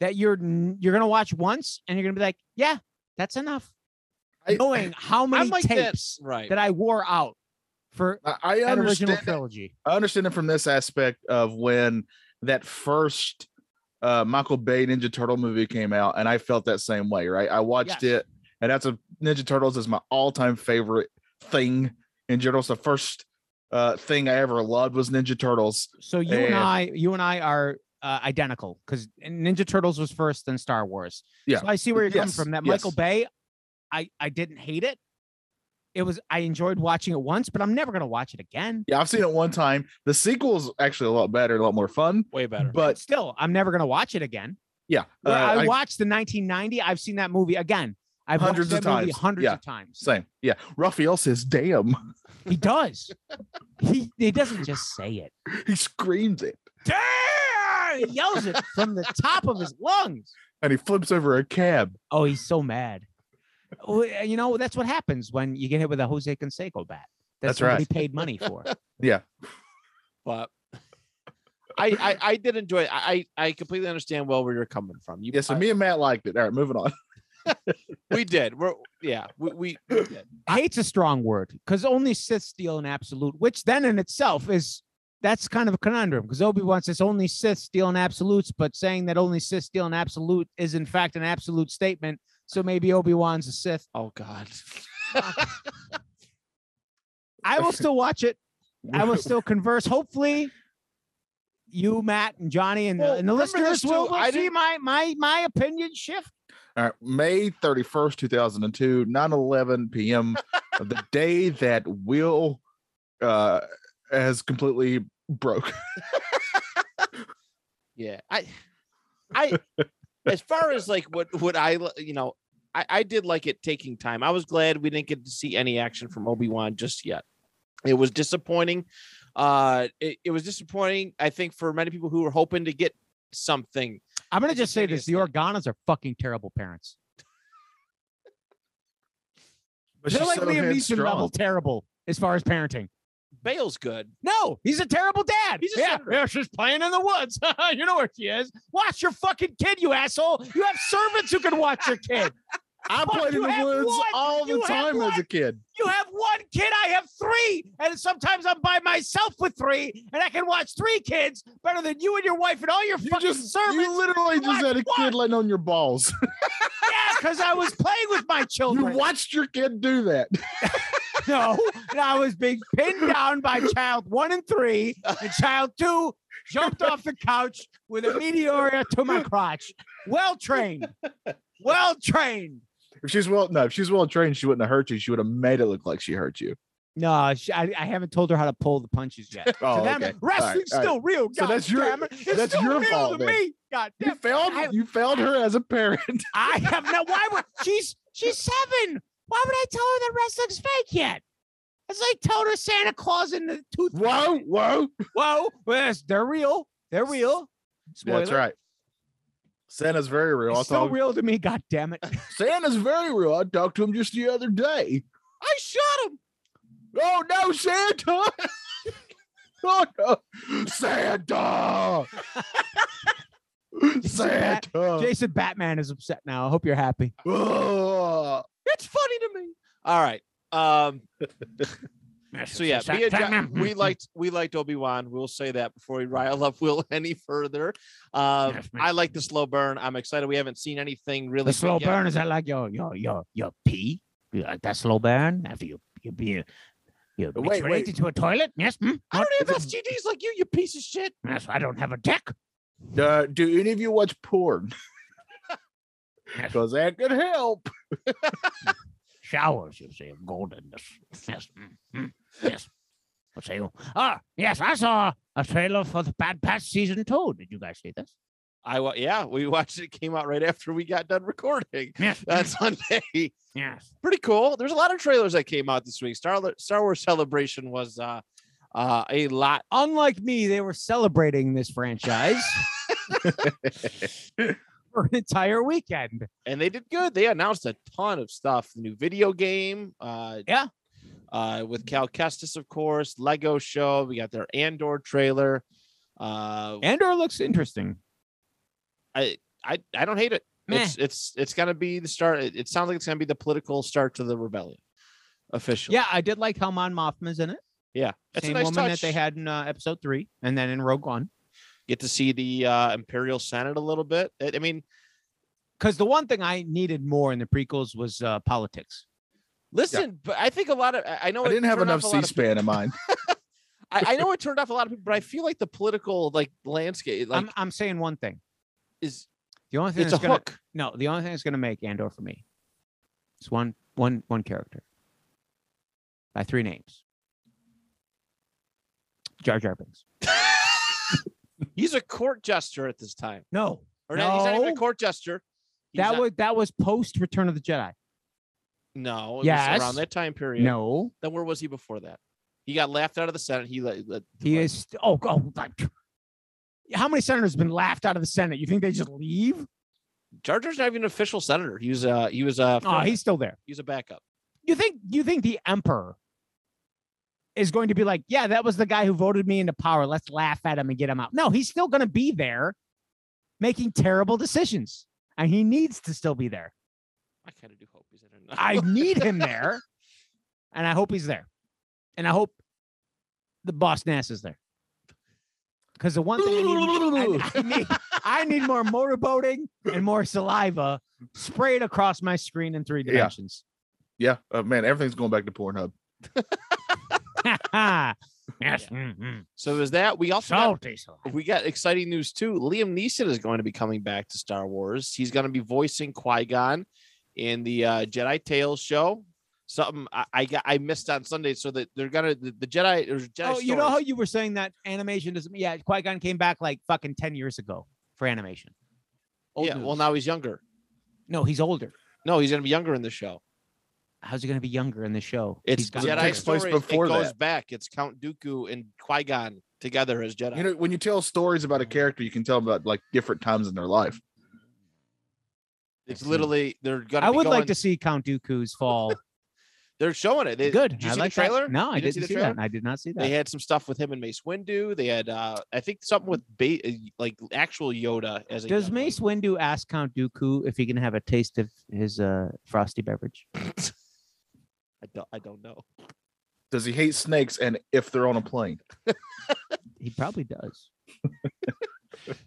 D: that you're n- you're going to watch once and you're going to be like, yeah, that's enough.
C: I-
D: Knowing how many
A: I'm like
D: tapes
A: that. Right.
D: that I wore out for
C: I, I
D: that original
C: understand. it-
D: trilogy.
C: I understand it from this aspect of when that first uh, Michael Bay Ninja Turtle movie came out, and I felt that same way. Right, I watched
D: Yes.
C: it, and that's a Ninja Turtles is my all time favorite thing in general. It's the first uh, thing I ever loved was Ninja Turtles.
D: So you and
C: Yeah.
D: I, you and I are uh, identical because Ninja Turtles was first, then Star Wars.
C: Yeah.
D: So I see where you're coming
C: Yes,
D: from. That
C: yes.
D: Michael Bay, I I didn't hate it. It was I enjoyed watching it once, but I'm never gonna watch it again.
C: Yeah, I've seen it one time. The sequel's actually a lot better, a lot more fun.
A: Way better.
D: But
C: But
D: still, I'm never gonna watch it again.
C: yeah,
D: Where
C: uh,
D: I
C: I-
D: watched the 1990. I've seen that movie again. I've
C: Hundreds
D: watched
C: of
D: that movie
C: times.
D: hundreds
C: Yeah.
D: of times.
C: same. Yeah, Raphael says, "Damn,"
D: He does. he he doesn't just say it.
C: he screams it,
D: Damn! He yells it from the top of his lungs.
C: and he flips over a cab.
D: Oh, he's so mad. Oh, uh, You know, that's what happens when you get hit with a Jose Canseco bat. That
C: That's right.
D: somebody Paid money for.
A: but I, I I did enjoy it. I I I completely understand well where you're coming from. You
C: Yeah, so
A: I-
C: me and Matt liked it. All right, moving on.
A: we did. We're yeah, we, we, we did.
D: Hate's a strong word because only Sith steal an absolute, which then in itself is that's kind of a conundrum because Obi Wan says only Sith steal an absolutes, but saying that only Sith steal an absolute is in fact an absolute statement. So maybe Obi Wan's a Sith.
A: Oh god.
D: I will still watch it. I will still converse. Hopefully, you, Matt, and Johnny, and,
A: Well,
D: the, and the
A: remember this
D: listeners will,
A: too,
D: will
A: I
D: see
A: didn't-
D: my my my opinion shift.
C: All right, May 31st, 2002, 9 11 p.m., the day that Will uh, has completely broke.
A: Yeah. I I as far as like what what I li- you know, I I did like it taking time. I was glad we didn't get to see any action from Obi-Wan just yet. It was disappointing. Uh it, it was disappointing I think for many people who were hoping to get something.
D: I'm gonna
A: It's a
D: just say this:
A: serious
D: the
A: thing.
D: Organas are fucking terrible parents.
C: But
D: They're
C: she's
D: like
C: so
D: Liam Neeson level
C: headstrong.
D: terrible as far as parenting.
A: Bale's good.
D: No, he's a terrible dad.
A: He's a
D: yeah,
A: senator.
D: yeah, she's playing in the woods. you know where she is. Watch your fucking kid, you asshole. You have servants who can watch your kid.
C: I
D: Fuck,
C: played in
D: you
C: the
D: have
C: woods
D: one.
C: all the
D: You have
C: time as
D: one.
C: a kid.
D: You have one kid, I have three. And sometimes I'm by myself with three, and I can watch three kids better than you and your wife and all your
C: You
D: fucking
C: just,
D: servants.
C: you literally just
D: What?
C: had a
D: What?
C: kid laying on your balls.
D: Yeah, because I was playing with Oh my
C: you
D: children.
C: watched your kid do that.
D: No, and I was being pinned down by child one and three, and child two jumped off the couch with a meteor to my crotch. Well trained. Well trained.
C: If she's well, no, if she's well trained, she wouldn't have hurt you. She would have made it look like she hurt you.
D: No, she, I, I haven't told her how to pull the punches yet.
C: Oh,
D: to them,
C: okay. All right, all right.
D: wrestling's still real.
C: So
D: God
C: that's your-
D: damn it. It's
C: that's
D: still
C: your
D: real
C: fault
D: to
C: then.
D: me. God damn
C: You failed.
D: I-
C: you failed her as a parent.
D: I have no. Why would she's she's seven? Why would I tell her that wrestling's fake yet? It's like telling her Santa Claus in the tooth.
C: whoa, whoa.
D: whoa! Yes, they're real. They're real. Spoiler.
C: That's right. Santa's very real. I
D: It's so
C: talked,
D: real to me. God damn it!
C: Santa's very real. I talked to him just the other day.
D: I shot him.
C: Oh no, Santa! oh no, Santa! Santa!
D: Jason Batman is upset now. I hope you're happy.
C: Oh.
A: It's funny to me. All right. Um So yeah, me and John- we liked we liked Obi Wan. We'll say that before we rile up Will any further. Um,
F: Yes, ma'am.
A: I like the slow burn. I'm excited. We haven't seen anything really
F: The slow
A: yet.
F: burn is that like your your your your pee? You like that slow burn after you you be you
C: Wait,
F: wait,
C: wait.
F: into a toilet? Yes. Hmm?
A: I
F: What?
A: don't have STDs like you, you piece of shit.
F: Yes, I don't have a dick.
C: Uh, do any of you watch porn?
F: Yes.
C: Because that could help.
F: Showers, you see, of goldenness. Yes. Mm, mm, Yes. What say you? Ah, yes, I saw a trailer for the Bad Patch season two. Did you guys see this?
A: I wa- yeah, we watched it. It Came out right after we got done recording.
F: Yes.
A: That's Sunday.
F: Yes.
A: Pretty cool. There's a lot of trailers that came out this week. Star Star Wars Celebration was uh, uh, a lot.
D: Unlike me, they were celebrating this franchise for an entire weekend.
A: and they did good. They announced a ton of stuff. The new video game, uh,
D: Yeah.
A: uh, with Cal Kestis, of course. Lego show. We got their Andor trailer. Uh,
D: Andor looks interesting.
A: I, I I don't hate it.
D: Meh.
A: It's it's it's gonna be the start. It, it sounds like it's gonna be the political start to the rebellion, officially.
D: Yeah, I did like how Mon Mothma's in it.
A: yeah. That's
D: Same
A: a nice
D: woman
A: touch.
D: that they had in uh, Episode Three, and then in Rogue One.
A: Get to see the uh, Imperial Senate a little bit. I, I mean,
D: Because the one thing I needed more in the prequels was uh, politics.
A: listen, but I think a lot of I I know
C: I
A: it
C: didn't have
A: turned
C: enough
A: Oh, off a lot of
C: C-SPAN in mind.
A: I, I know it turned off a lot of people, but I feel like the political like landscape like
D: I'm, I'm saying one thing.
A: is
D: The only thing
A: it's a
D: that's gonna,
A: hook.
D: no, the only thing that's going to make Andor for me is one one one character by three names. Jar Jar Binks.
A: He's a court jester at this time.
D: No,
A: Or no. he's not even a
D: No.
A: court jester. He's
D: that
A: not-
D: was that was post Return of the Jedi.
A: no. It was
D: Yes.
A: around that time period.
D: No,
A: Then where was he before that? He got laughed out of the Senate. He let, let-
D: he is. st- Oh, oh, like- how many senators been laughed out of the Senate? You think they just leave?
A: Jar Jar's not even an official senator. He was uh he was uh
D: Oh, he's still there.
A: he's a backup.
D: you think you think the emperor is going to be like, yeah, that was the guy who voted me into power. Let's laugh at him and get him out. No, he's still going to be there making terrible decisions. And he needs to still be there.
A: I kind of do hope he's in. it.
D: I need him there. And I hope he's there. And I hope the boss Nass is there. Because the one thing I need, I- I need, I need more motorboating and more saliva sprayed across my screen in three
C: Yeah.
D: dimensions.
C: yeah, uh, man, everything's going back to Pornhub.
F: Yes. mm,
D: Mm-hmm.
F: mm.
A: So is that we also got-
F: Salty. So.
A: we got exciting news too. Liam Neeson is going to be coming back to Star Wars. He's going to be voicing Qui Gon in the uh, Jedi Tales show. Something I, I got I missed on Sunday, so that they're gonna the, the Jedi. There's Jedi
D: Oh, you know
A: stories.
D: how you were saying that animation doesn't. Yeah, Qui Gon came back like fucking ten years ago for animation. Old
A: yeah, well
D: news.
A: now he's younger.
D: no, he's older.
A: No, he's gonna be younger in the show.
D: How's he gonna be younger in the show?
A: It's
D: He's got-
A: Jedi
C: takes place
A: story.
C: before
A: it goes
C: that.
A: back. It's Count Dooku and Qui Gon together as Jedi.
C: You know, when you tell stories about a character, you can tell about like different times in their life.
A: it's literally they're gonna.
D: I
A: be
D: would like
A: going-
D: to see Count Dooku's fall.
A: They're showing it. They,
D: Good.
A: Did you
D: I
A: see
D: like
A: the trailer?
D: That. No, I
A: You
D: didn't see,
A: the trailer?
D: that. I did not see that.
A: They had some stuff with him and Mace Windu. They had, uh, I think, something with ba- uh, like actual Yoda as a.
D: Does
A: young one.
D: Mace Windu ask Count Dooku if he can have a taste of his uh, frosty beverage?
A: I don't. I don't know.
C: Does he hate snakes? And if they're on a plane,
D: He probably does.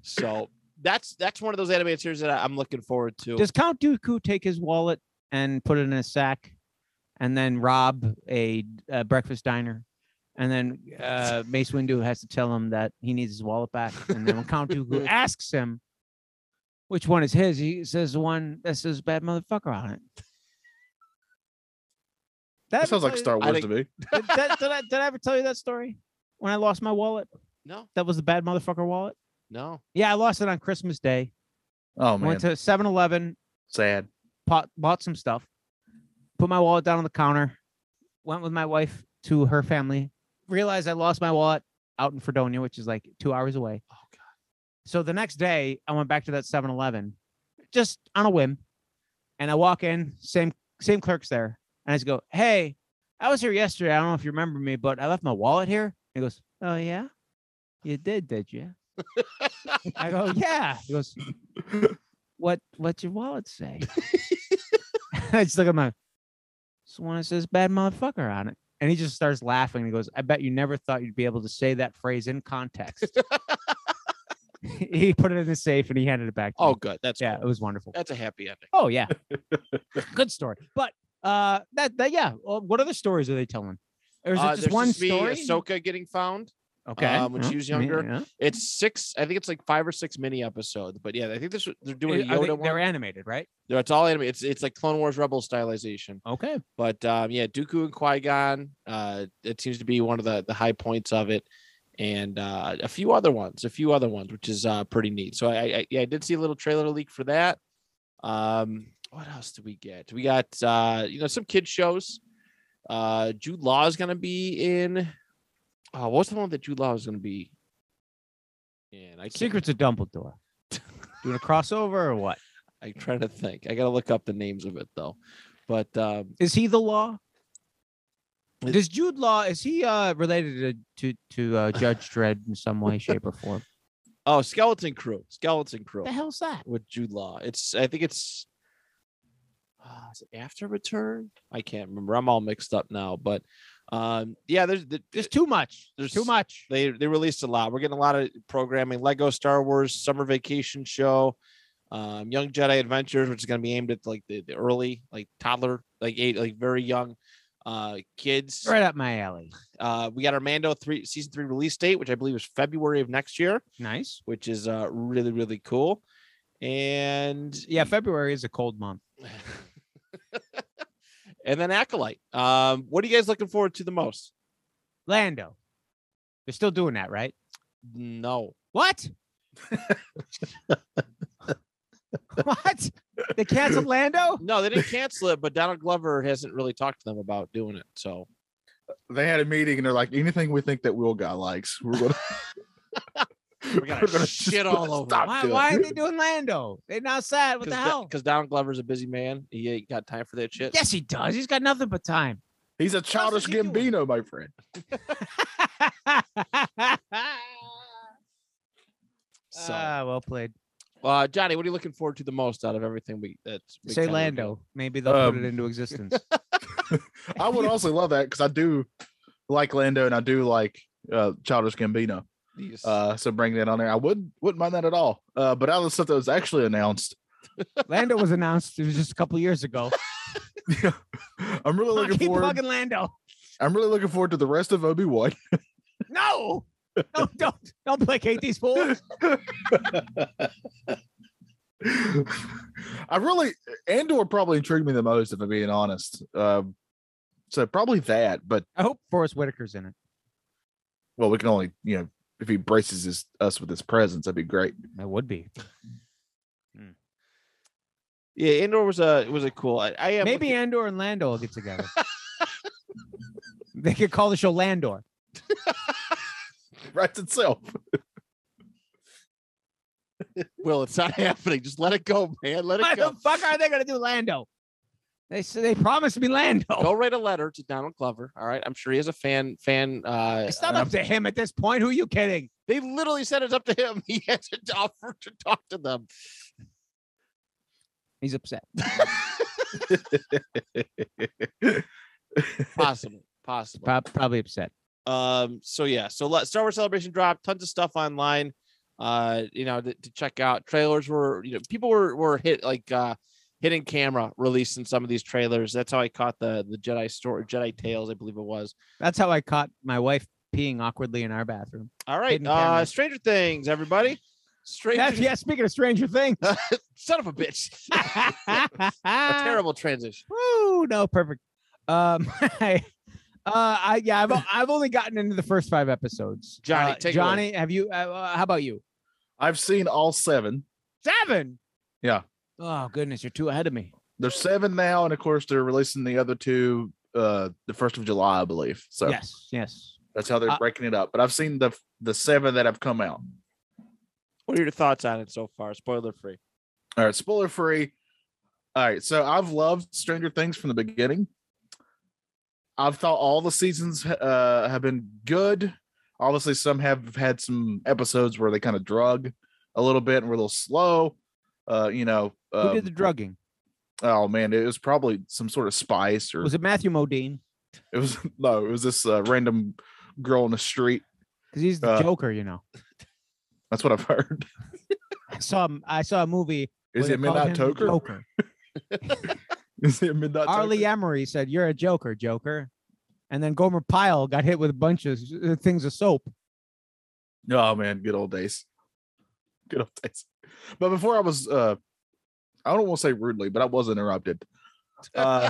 A: So that's that's one of those animated series that I, I'm looking forward to.
D: Does Count Dooku take his wallet and put it in a sack, and then rob a, uh breakfast diner, and then uh, Mace Windu has to tell him that he needs his wallet back, and then when Count Dooku asks him which one is his, he says the one that says "bad motherfucker" on it.
C: that sounds like Star
A: I
C: Wars
A: think-
C: to me.
D: Did, that- did I, did I ever tell you that story when I lost my wallet?
A: no,
D: That was the bad motherfucker wallet.
A: no.
D: Yeah, I lost it on Christmas Day.
C: Oh man,
D: Went to 7-Eleven,
C: sad.
D: bought, bought some stuff, put my wallet down on the counter, went with my wife to her family, realized I lost my wallet out in Fredonia, which is like two hours away.
A: Oh god.
D: So the next day, I went back to that 7 Eleven just on a whim. And I walk in, same same clerk's there. And I just go, Hey, I was here yesterday. I don't know if you remember me, but I left my wallet here. And he goes, Oh, yeah? You did, did you? I go, Yeah. He goes, What what's your wallet say? I just look at my it's the one that says bad motherfucker on it. And he just starts laughing. He goes, I bet you never thought you'd be able to say that phrase in context. he put it in the safe and he handed it back. To
A: Oh,
D: me.
A: good. That's
D: yeah,
A: cool.
D: it was wonderful.
A: That's a happy ending.
D: Oh, yeah. good story. But uh, that, that, yeah. Well, what other stories are they telling? Or is it
A: Uh,
D: just
A: there's
D: one
A: just me,
D: story?
A: Ahsoka getting found.
D: okay.
A: um, when she was
D: yeah,
A: younger,
D: yeah.
A: It's six. I think it's like five or six mini episodes. But yeah, I think this they're doing a
D: Are they-
A: Yoda
D: they're
A: one.
D: animated, right?
A: No, it's all anime. It's it's like Clone Wars Rebel stylization.
D: Okay.
A: But um, yeah, Dooku and Qui Gon. Uh, it seems to be one of the the high points of it, and uh, a few other ones, a few other ones, which is uh pretty neat. So I, I yeah, I did see a little trailer leak for that. Um, what else did we get? We got uh, you know, some kid shows. Uh, Jude Law is gonna be in. Oh, what's the one that Jude Law is gonna be? And I can't-
D: Secrets of Dumbledore. Doing a crossover or what?
A: I'm trying to think. I gotta look up the names of it though. But um,
D: Is he the law?
A: It-
D: Does Jude Law is he uh related to to, to uh, Judge Dredd in some way, shape, or form?
A: oh, Skeleton Crew, Skeleton Crew.
B: The hell's that?
A: with Jude Law. It's I think it's uh, is it after Return. I can't remember. I'm all mixed up now. But um, yeah, there's the,
D: There's too much.
A: There's-
D: There's too much.
A: they they released a lot. We're getting a lot of programming. Lego Star Wars Summer Vacation Show, um, Young Jedi Adventures, which is going to be aimed at like the, the early like toddler like eight like very young uh kids.
D: Right up my alley.
A: Uh, we got our Mando three season three release date, which I believe is February of next year,
D: Nice.
A: which is uh really really cool. And
D: Yeah, February is a cold month.
A: and then acolyte um what are you guys looking forward to the most
D: Lando. They're still doing that, right?
A: no
D: What? what? They canceled Lando?
A: no they didn't cancel it but donald glover hasn't really talked to them about doing it so
C: They had a meeting and they're like, anything we think that Will guy likes, we're gonna
A: We're gonna shit all over it.
D: Why, why are they doing Lando? They're not sad. What the hell?
A: because donald glover's a busy man he ain't got time for that shit
D: Yes, he does. He's got nothing but time.
C: He's a childish
D: he doing?
C: Gambino, my friend.
A: so
D: Ah, well played.
A: uh johnny what are you looking forward to the most out of everything we that's been
D: Say
A: kinda
D: Lando. Maybe they'll put
C: Um,
D: it into existence.
C: I would also love that because I do like Lando and I do like uh Childish Gambino.
A: revealed? These-
C: Uh so bring that on there. I would wouldn't mind that at all. Uh but out of the stuff that was actually announced,
D: Lando was announced. It was just a couple years ago.
C: I'm
D: Come
C: really
D: on,
C: looking
D: keep
C: forward.
D: plugging Lando.
C: I'm really looking forward to the rest of Obi Wan.
D: No, no, don't, don't placate these fools.
C: I really Andor probably intrigued me the most, if I'm being honest. Um, so probably that, but
D: I hope Forrest Whitaker's in it.
C: well, we can only you know if he braces his, us with his presence, that'd be great.
D: That would be.
A: yeah andor was a was a cool i, I am
D: Maybe
A: looking-
D: Andor and Lando will get together. they could call the show Landor.
C: Writes itself.
A: will it's not happening just let it go man let
D: Why
A: it
D: the
A: go
D: fuck are they gonna do Lando? They said they promised me Lando.
A: go write a letter to donald glover all right i'm sure he has a fan fan uh
D: It's not up to him at this point. Who are you kidding?
A: They literally said it's up to him. He had to offer to talk to them.
D: He's upset.
A: Possibly. Possible.
D: Prob- Probably upset.
A: Um, so yeah, so let Star Wars Celebration dropped tons of stuff online. Uh, you know, to, to check out trailers were, you know, people were were hit like uh hidden camera releasing some of these trailers. That's how I caught the the Jedi story, Jedi Tales, I believe it was.
D: That's how I caught my wife peeing awkwardly in our bathroom.
A: All right,
D: Hidden
A: uh
D: camera.
A: Stranger Things, everybody.
D: Yeah,
A: Stranger
D: yeah, speaking of Stranger Things.
A: son of a bitch. a
D: Terrible.
A: terrible transition.
D: Woo, no, perfect. Um, I, uh, I, yeah, I've, o- I've only gotten into the first five episodes.
A: Johnny,
D: Uh,
A: take it away.
D: Johnny, have you, uh, uh, how about you?
C: I've seen all seven.
D: Seven.
C: Yeah.
D: Oh, goodness, you're too ahead of me.
C: There's seven now, and of course they're releasing the other two uh the first of July, I believe. So
D: Yes, yes.
C: that's how they're
D: Uh,
C: breaking it up. But I've seen the the seven that have come out.
A: What are your thoughts on it so far? Spoiler free.
C: All right, spoiler free. All right, so I've loved Stranger Things from the beginning. I've thought all the seasons uh, have been good. Obviously, some have had some episodes where they kind of drug a little bit and were a little slow. Uh, you know,
D: Who
C: um,
D: did the drugging?
C: oh man, it was probably some sort of spice or
D: Was it Matthew Modine?
C: It was no, it was this uh, random girl on the street.
D: because he's the
C: Uh,
D: Joker, you know.
C: That's what I've heard.
D: I saw him- I saw a movie.
C: Is
D: where
C: it
D: they called
C: Midnight
D: him oh. the
C: Toker?
D: Joker.
C: Is it Midnight
D: Arlie
C: Toker?
D: Emery said, "You're a Joker, Joker," and then Gomer Pyle got hit with a bunch of uh, things of soap.
C: Oh man, good old days. Good old days. But before I was uh I don't want to say rudely, but I was interrupted. Uh,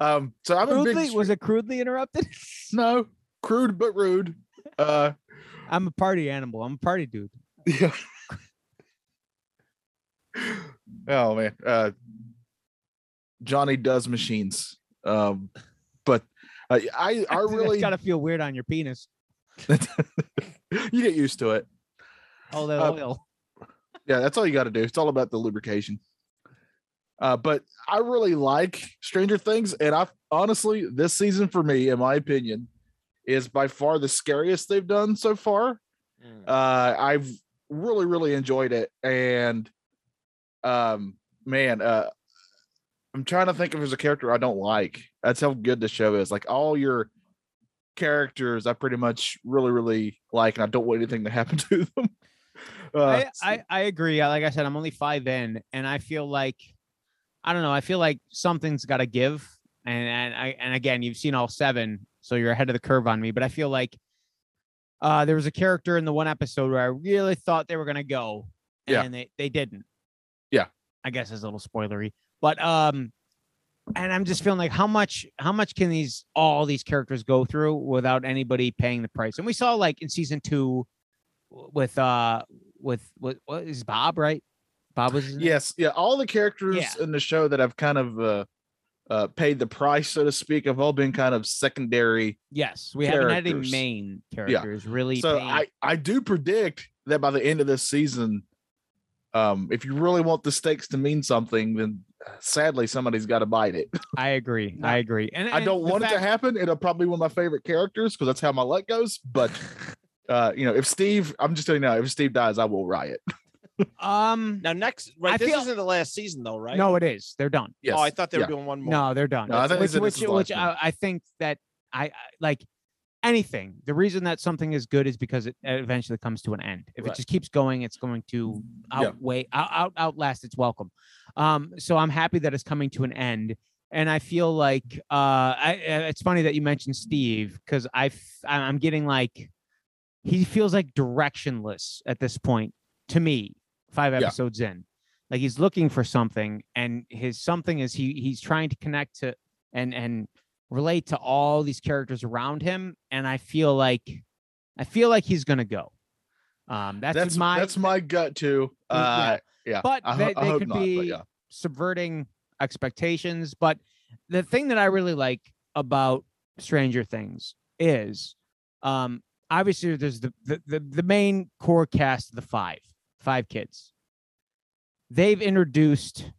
C: um so I'm a
D: Crudely,
C: big
D: was it crudely interrupted?
C: no crude but rude. Uh
D: I'm a party animal. I'm a party dude.
C: yeah. oh man. Uh Johnny does machines. Um but uh, I I really
D: it's gotta feel weird on your penis.
C: you get used to it.
D: All that
C: Uh,
D: oil.
C: yeah, that's all you got to do. It's all about the lubrication. Uh, but I really like Stranger Things, and I honestly, this season for me, in my opinion, is by far the scariest they've done so far.
D: Mm.
C: Uh, I've really, really enjoyed it, and um, man, uh, I'm trying to think if there's a character I don't like. That's how good the show is. Like all your characters, I pretty much really, really like, and I don't want anything to happen to them. Uh,
D: I, I, I agree. I- Like I said, I'm only five in, and I feel like I don't know. I feel like something's got to give, and and I and again, you've seen all seven, so you're ahead of the curve on me. But I feel like uh, there was a character in the one episode where I really thought they were gonna go, and
C: Yeah.
D: they they didn't.
C: Yeah.
D: I guess it's a little spoilery, but um, and I'm just feeling like how much how much can these all these characters go through without anybody paying the price? And we saw like in season two w- with uh with what, what is Bob right? Bob was his name?
C: Yes, yeah. All the characters
D: Yeah.
C: in the show that have kind of uh, uh, paid the price, so to speak, have all been kind of secondary.
D: Yes, we haven't had any
C: characters.
D: main characters really.
C: So
D: paying-
C: I I do predict that by the end of this season, um, if you really want the stakes to mean something, then uh, sadly somebody's got to bite it.
D: I agree.
C: No,
D: I agree. And
C: I
D: and
C: don't
D: the
C: want it to
D: fact-
C: happen. It'll probably be one of my favorite characters because that's how my luck goes. But uh, you know, if Steve, I'm just telling you now, if Steve dies, I will riot.
D: Oh, Um,
A: Now next, right?
D: I
A: this
D: feel-
A: isn't the last season though, right?
D: no, it is. They're done.
C: Yes.
A: Oh, I thought they
C: yeah.
A: were doing one more.
D: No, they're done.
C: No, I think
D: which
C: this is-
D: which,
C: this is the
D: which
C: last
D: I, I think that I, I like anything. The reason that something is good is because it eventually comes to an end. If
A: Right.
D: it just keeps going, it's going to
C: Yeah.
D: outweigh out, out outlast its welcome. Um, so I'm happy that it's coming to an end. And I feel like uh, I, I- it's funny that you mentioned Steve because I f- I- I'm getting like he feels like directionless at this point to me. Five
C: Yeah.
D: episodes in, like he's looking for something, and his something is he he's trying to connect to and and relate to all these characters around him and i feel like i feel like he's gonna go um that's,
C: that's
D: my
C: that's my gut too.
D: Yeah.
C: Uh, yeah.
D: but
C: I, ho-
D: they,
C: I
D: they
C: hope
D: could
C: not, but
D: be
C: yeah.
D: subverting expectations but the thing that i really like about stranger things is um obviously there's the the the, the main core cast of the five five kids they've introduced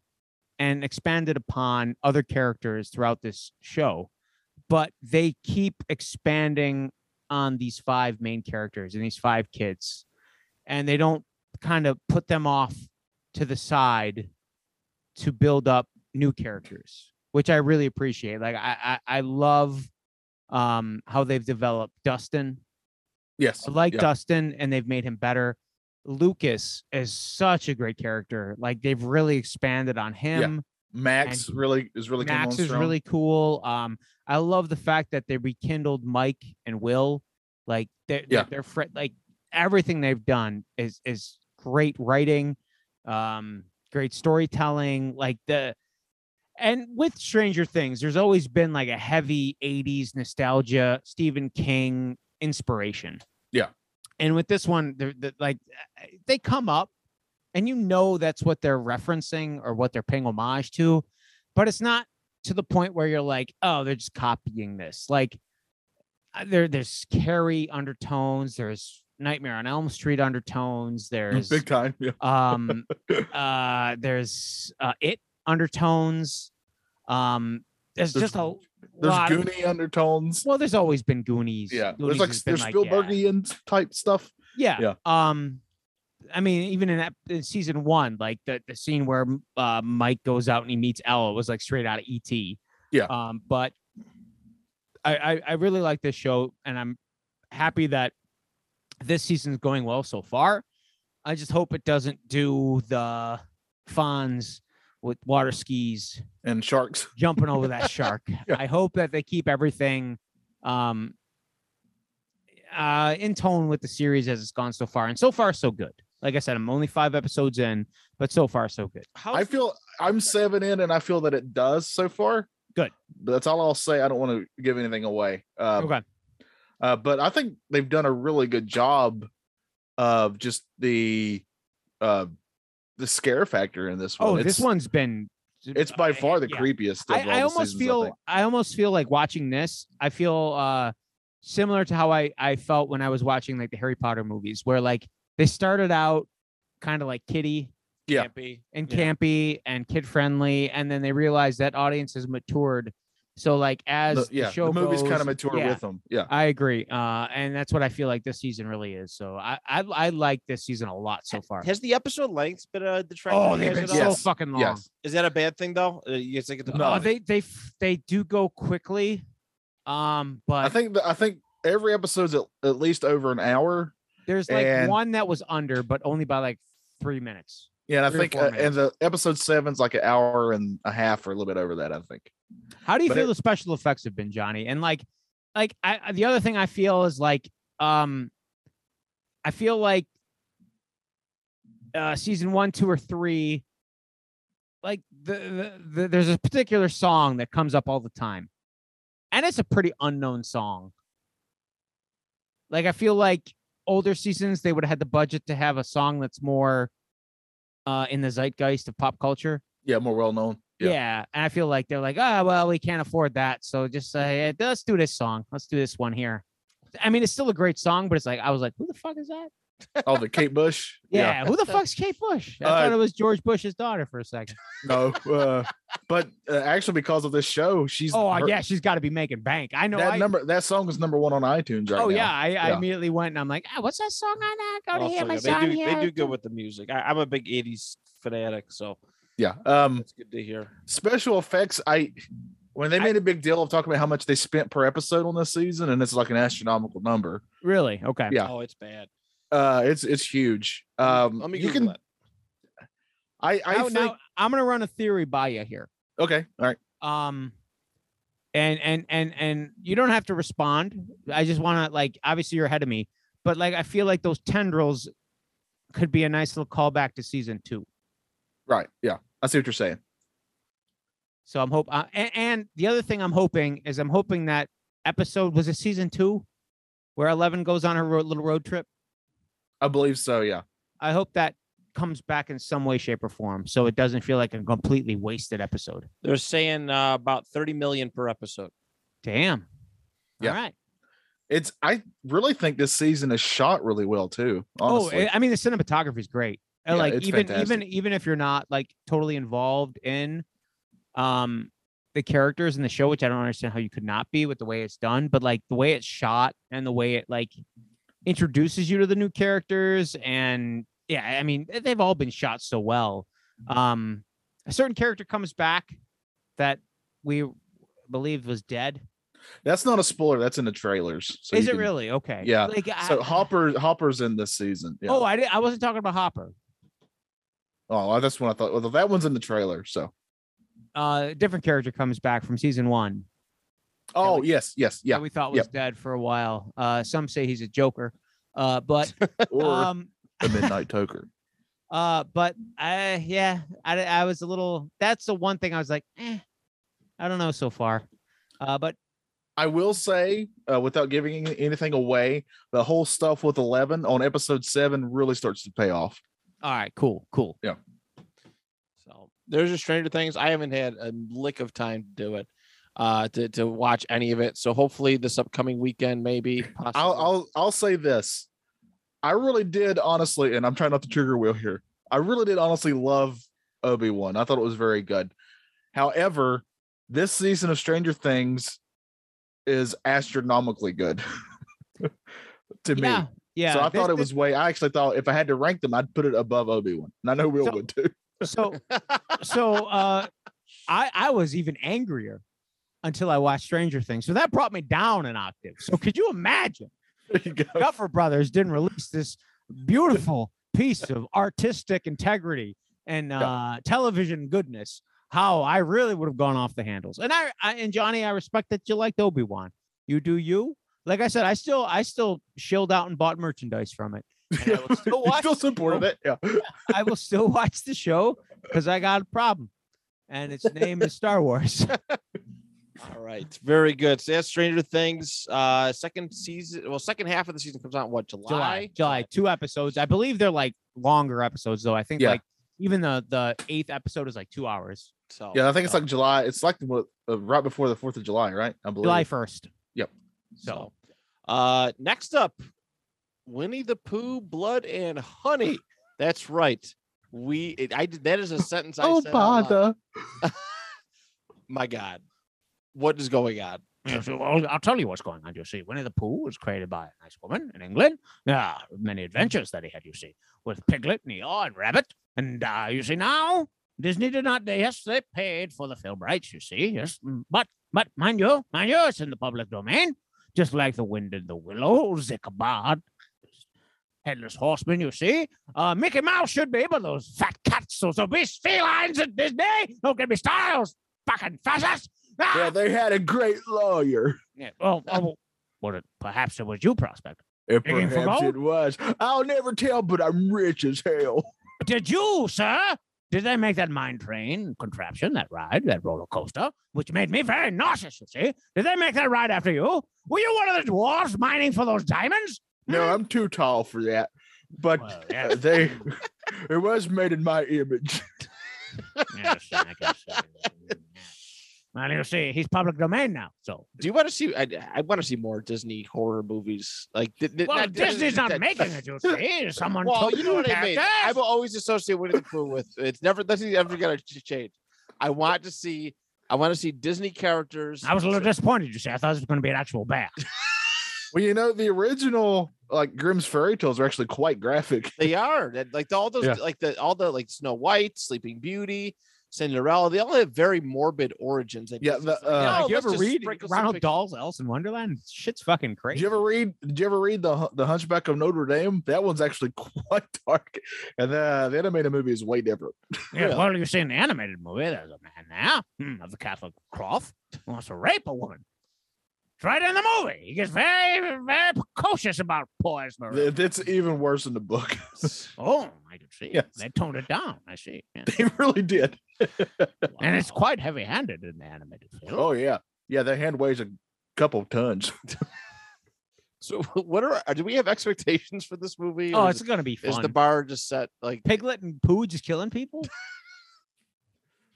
D: and expanded upon other characters throughout this show but they keep expanding on these five main characters and these five kids and they don't kind of put them off to the side to build up new characters which i really appreciate like i i, I love um how they've developed dustin
C: Yes.
D: I uh, like
C: yeah.
D: Dustin, and they've made him better. Lucas is such a great character. Like they've really expanded on him.
C: Max
D: and
C: really is really coming
D: Max
C: on
D: is
C: strong.
D: really cool. Um, I love the fact that they rekindled Mike and Will. Like they're
C: Yeah.
D: they're, they're fri- like everything they've done is is great writing, um, great storytelling. Like the and with Stranger Things, there's always been like a heavy 80s nostalgia, Stephen King inspiration.
C: Yeah.
D: And with this one, they're, they like they come up and you know that's what they're referencing or what they're paying homage to, but it's not to the point where you're like, oh, they're just copying this. Like uh, there there's scary undertones, there's Nightmare on Elm Street undertones, there's
C: big time. Yeah.
D: um uh there's uh it undertones um there's,
C: There's-
D: just a
C: There's
D: lot of-
C: Goonie undertones.
D: well there's always been goonies
C: Yeah.
D: Goonies
C: There's like
D: has been
C: there's
D: like, yeah.
C: Spielbergian type stuff.
D: yeah um i mean even in, ep- in season one like the, the scene where uh mike goes out and he meets ella was like straight out of et
C: Yeah.
D: Um, but I, I I really like this show, and I'm happy that this season's going well so far. I just hope it doesn't do the Fonz with water skis
C: and sharks.
D: jumping over that shark.
C: Yeah.
D: I hope that they keep everything um uh in tone with the series as it's gone so far. And so far so good. Like I said, I'm only five episodes in, but so far so good.
A: How
C: I feel I'm seven in, and I feel that it does so far.
D: Good.
C: But that's all I'll say. I don't want to give anything away. Um,
D: Okay.
C: Uh, but I think they've done a really good job of just the uh, the scare factor in this one.
D: Oh,
C: it's,
D: this one's been
C: It's by far the
D: yeah.
C: creepiest. Of all
D: I, I
C: the
D: almost
C: seasons,
D: feel
C: think.
D: I, almost feel like watching this. I feel uh similar to how I I felt when I was watching like the Harry Potter movies, where like they started out kind of like kitty
C: yeah.
A: campy?
D: and
A: Yeah.
D: campy and kid friendly and then they realize that audience has matured so like as
C: The-
D: the,
C: yeah,
D: show
C: the movies kind
D: goes-
C: of mature
D: yeah,
C: with them. Yeah,
D: i agree uh and that's what i feel like this season really is so i i, I like this season a lot so far
A: Has the episode length been a detractor?
D: oh
A: to you
D: they've
A: guys at
D: been so
A: all?
C: Yes,
D: fucking long
C: yes.
A: Is that a bad thing though? Uh, You guys think it's a
D: Oh,
A: bad thing?
D: they they f- they do go quickly um but
C: I think that I think every episode's at, at least over an hour.
D: there's like
C: and-
D: one that was under but only by like three minutes
C: Yeah, and I
D: Three or
C: think
D: four
C: uh, and the episode seven's like an hour and a half or a little bit over that. I think.
D: How do you
C: But
D: feel
C: it-
D: the special effects have been, Johnny? And like, like I I- the other thing I feel is like, um, I feel like uh season one, two, or three, like the, the, the there's a particular song that comes up all the time, and it's a pretty unknown song. Like I feel like older seasons they would have had the budget to have a song that's more uh in the zeitgeist of pop culture.
C: Yeah, more well known.
D: Yeah. And I feel like they're like, oh, well, we can't afford that. So just say, "Eh, let's do this song. Let's do this one here. I mean, it's still a great song, but it's like, I was like, who the fuck is that?
C: Oh, the Kate Bush.
D: Yeah. Who the fuck's Kate Bush? I
C: Uh,
D: thought it was George Bush's daughter for a second.
C: No. Uh, but uh, actually, because of this show, she's
D: Oh,
C: her-
D: yeah. She's got to be making bank. I know.
C: that
D: I,
C: number that song is number one on iTunes right now.
D: oh, yeah. I, I
C: Yeah.
D: immediately went and I'm like, ah, what's that song on that? Go to
A: Also,
D: hear my
A: yeah,
D: son
A: they do,
D: here.
A: they do good with the music. I, I'm a big '80s fanatic, so
C: yeah. Um,
A: it's good to hear.
C: special effects. I when they made a big deal of talking about how much they spent per episode on this season, and it's like an astronomical number.
D: Really? Okay.
C: Yeah.
A: Oh, it's bad.
C: Uh, it's it's huge. Um,
A: Let me
C: you
A: Google
C: can.
A: that.
C: I I
D: Now-
C: think
D: now, I'm going to run a theory by you here.
C: okay. All right.
D: um and and and and you don't have to respond i just want to like obviously you're ahead of me but like i feel like those tendrils could be a nice little callback to season two
C: Right. Yeah. I see what you're saying.
D: so i'm hope uh, and, and the other thing i'm hoping is i'm hoping that episode was it season two where 11 goes on her ro- little road trip
C: I believe so. Yeah.
D: i hope that comes back in some way shape or form so it doesn't feel like a completely wasted episode
A: They're saying uh, about 30 million per episode.
D: damn
C: Yeah.
D: all right
C: It's I really think this season is shot really well too. Honestly.
D: Oh, I- I mean, the cinematography is great. Uh,
C: Yeah,
D: like
C: it's
D: even even
C: fantastic.
D: even if you're not like totally involved in um the characters in the show, which I don't understand how you could not be with the way it's done, but like the way it's shot and the way it like introduces you to the new characters and yeah, I mean th- they've all been shot so well. Um a certain character comes back that we believed was dead.
C: That's not a spoiler. That's in the trailers. So
D: Is
C: you
D: it
C: can-
D: really? Okay.
C: Yeah.
D: Like I-
C: So Hopper Hopper's in this season. Yeah.
D: Oh, I did, I wasn't talking about Hopper.
C: Oh, that's what I thought. Well, that one's in the trailer. So.
D: uh a different character comes back from season one
C: Oh
D: we-
C: yes, yes,
D: that
C: yeah.
D: we thought was
C: Yep.
D: dead for a while uh some say he's a joker uh but
C: Or
D: um
C: the Midnight Toker.
D: uh but i yeah I, I was a little that's the one thing i was like eh, i don't know so far uh but
C: I will say, uh, without giving any- anything away, the whole stuff with Eleven on episode seven really starts to pay off.
D: all right cool cool
A: So there's your Stranger Things. I haven't had a lick of time to do it, uh, to, to watch any of it. So hopefully this upcoming weekend, maybe. Possibly.
C: I'll I'll I'll say this. I really did honestly, and I'm trying not to trigger wheel here. I really did honestly love Obi Wan. I thought it was very good. However, this season of Stranger Things is astronomically good to me.
D: yeah yeah
C: so I
D: this-
C: thought it
D: this-
C: was way. I actually thought if I had to rank them, I'd put it above Obi Wan, and I know Will
D: So-
C: would too.
D: so so uh i i was even angrier until I watched Stranger Things. So that brought me down an octave. So could you imagine?
C: There you go.
D: Duffer Brothers didn't release this beautiful piece of artistic integrity and uh, television goodness, how I really would have gone off the handles. And I, I and Johnny, I respect that you liked Obi Wan. You do you. Like I said, I still I still shilled out and bought merchandise from it. And I will still
C: You
D: watch
C: still supported it. Yeah.
D: I will still watch the show because I got a problem, and its name is Star Wars.
A: All right, very good. So that's Stranger Things. Uh, second season, well, second half of the season comes out in what July?
D: July, July, two episodes. I believe they're like longer episodes, though. I think
C: Yeah.
D: like even the the eighth episode is like two hours.
A: So
C: Yeah, I think it's
A: uh,
C: like July. It's like the, uh, right before the Fourth of July, right? I believe.
D: July first.
A: so. Uh, next up, Winnie the Pooh, Blood and Honey. That's right. We, it, I did that is a sentence. I
C: oh
A: said out loud.
C: bother!
A: My God, what is going on?
F: Yes, I'll, I'll tell you what's going on. You see, Winnie the Pooh was created by a nice woman in England. Yeah, many adventures that he had, you see, with Piglet and the Odd Rabbit. And uh, you see, now Disney did not. They, yes, they paid for the film rights. You see, yes, mm, but but mind you, mind you, it's in the public domain, just like the wind in the willows, Ichabod, headless horseman. You see, uh, Mickey Mouse should be, but those fat cats, those obese felines at Disney, don't get me styles, fucking fascists. Ah!
C: Yeah, they had a great lawyer.
F: Yeah. Well, oh, well, well, it- perhaps it was you, prospect.
C: And
F: Digging for
C: perhaps
F: gold?
C: it was. I'll never tell, but I'm rich as hell.
F: Did you, sir? Did they make that mine train contraption, that ride, that roller coaster, which made me very nauseous? You see, did they make that ride after you? Were you one of the dwarves mining for those diamonds?
C: No, I'm too tall for that. But
F: Well,
C: uh,
F: yes,
C: they, it was made in my image.
F: yes, I guess. uh, Well, you see, he's public domain now. So,
A: Do you want to see? I, I want to see more Disney horror movies. Like, th- th-
F: well,
A: not-
F: Disney's not
A: that-
F: making it. You see, someone
A: Well,
F: took
A: you know what I mean. I
F: characters.
A: will always associate Winnie the Pooh with it's never that's ever gonna ch- change. I want to see. I want to see Disney characters.
F: I was a little disappointed. You see, I thought it was going to be an actual bear.
C: Well, you know, the original like Grimm's fairy tales are actually quite graphic.
A: They are that like the, all those
C: Yeah.
A: like the all the like Snow White, Sleeping Beauty, Cinderella. They all have very morbid origins. that
C: Yeah,
A: Disney's
C: the,
A: like,
C: uh,
A: "No,
D: Like, you
A: Oh, let's
D: ever
A: just
D: read
A: sprinkle some
D: Ronald
A: pic-
D: Dahl's Alice in Wonderland? Shit's fucking
C: Did
D: crazy.
C: you ever read? Did you ever read the Hun- the Hunchback of Notre Dame? That one's actually quite dark, and uh, the, the animated movie is way different.
F: Yeah,
A: Yeah.
F: well, you see in the animated movie, there's a man now hmm, of the Catholic cloth who wants to rape a woman. It's right in the movie. He gets very, very precocious about poor Esmeralda.
C: Th- That's even worse in the book.
F: oh, I can see.
C: Yes.
F: They toned it down. I see. yeah.
C: they really did.
F: And it's quite heavy-handed in the animated film.
C: Oh yeah, yeah. That hand weighs a couple tons.
A: So what are, our- do we have expectations for this movie?
D: Oh,
A: or
D: it's
A: is,
D: going to be
A: it- is
D: fun.
A: the bar just set like
D: Piglet and Pooh just killing people.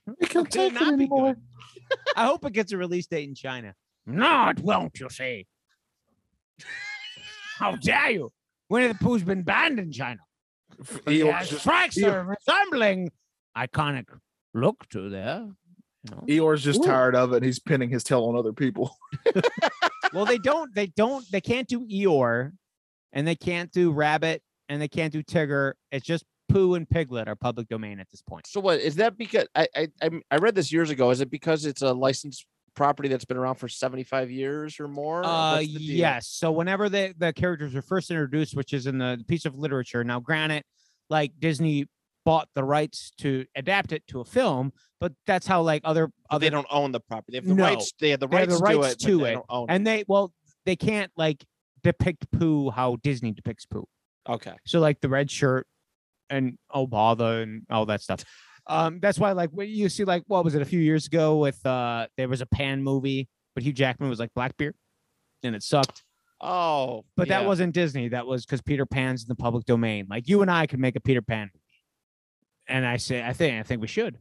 C: I
D: Could
C: can't
D: it
C: take it
D: not be
C: anymore.
D: good? I hope it gets a release date in China.
F: No, it won't, you see. How dare you? Winnie the Pooh's been banned in China.
C: F-
F: He
C: Eeyore
F: has
C: just-
F: strikes
C: Eeyore-
F: a resembling iconic look to there.
C: Eeyore's just
F: Ooh.
C: tired of it. and He's pinning his tail on other people.
D: Well, they don't. They don't. They can't do Eeyore, and they can't do Rabbit, and they can't do Tigger. It's just Pooh and Piglet are public domain at this point.
A: So what is that? Because I I I'm- I read this years ago. Is it because it's a licensed property that's been around for seventy five years or more? or
D: Uh,
A: what's the deal?
D: yes. So whenever the the characters were first introduced, which is in the piece of literature. Now, granted, like Disney bought the rights to adapt it to a film, but that's how like other
A: But
D: other
A: they don't own the property. They have the
D: No.
A: rights. They have the
D: They have
A: rights,
D: the rights
A: to it.
D: to
A: but they
D: it.
A: don't own
D: and they well they can't like depict Pooh how Disney depicts Pooh.
A: okay.
D: So like the red shirt and oh bother and all that stuff. Um, that's why like when you see like what was it a few years ago with uh there was a Pan movie, but Hugh Jackman was like Blackbeard, and it sucked.
A: Oh,
D: But that
A: yeah.
D: wasn't Disney. That was because Peter Pan's in the public domain. Like you and I could make a Peter Pan movie, and I say I think I think we should.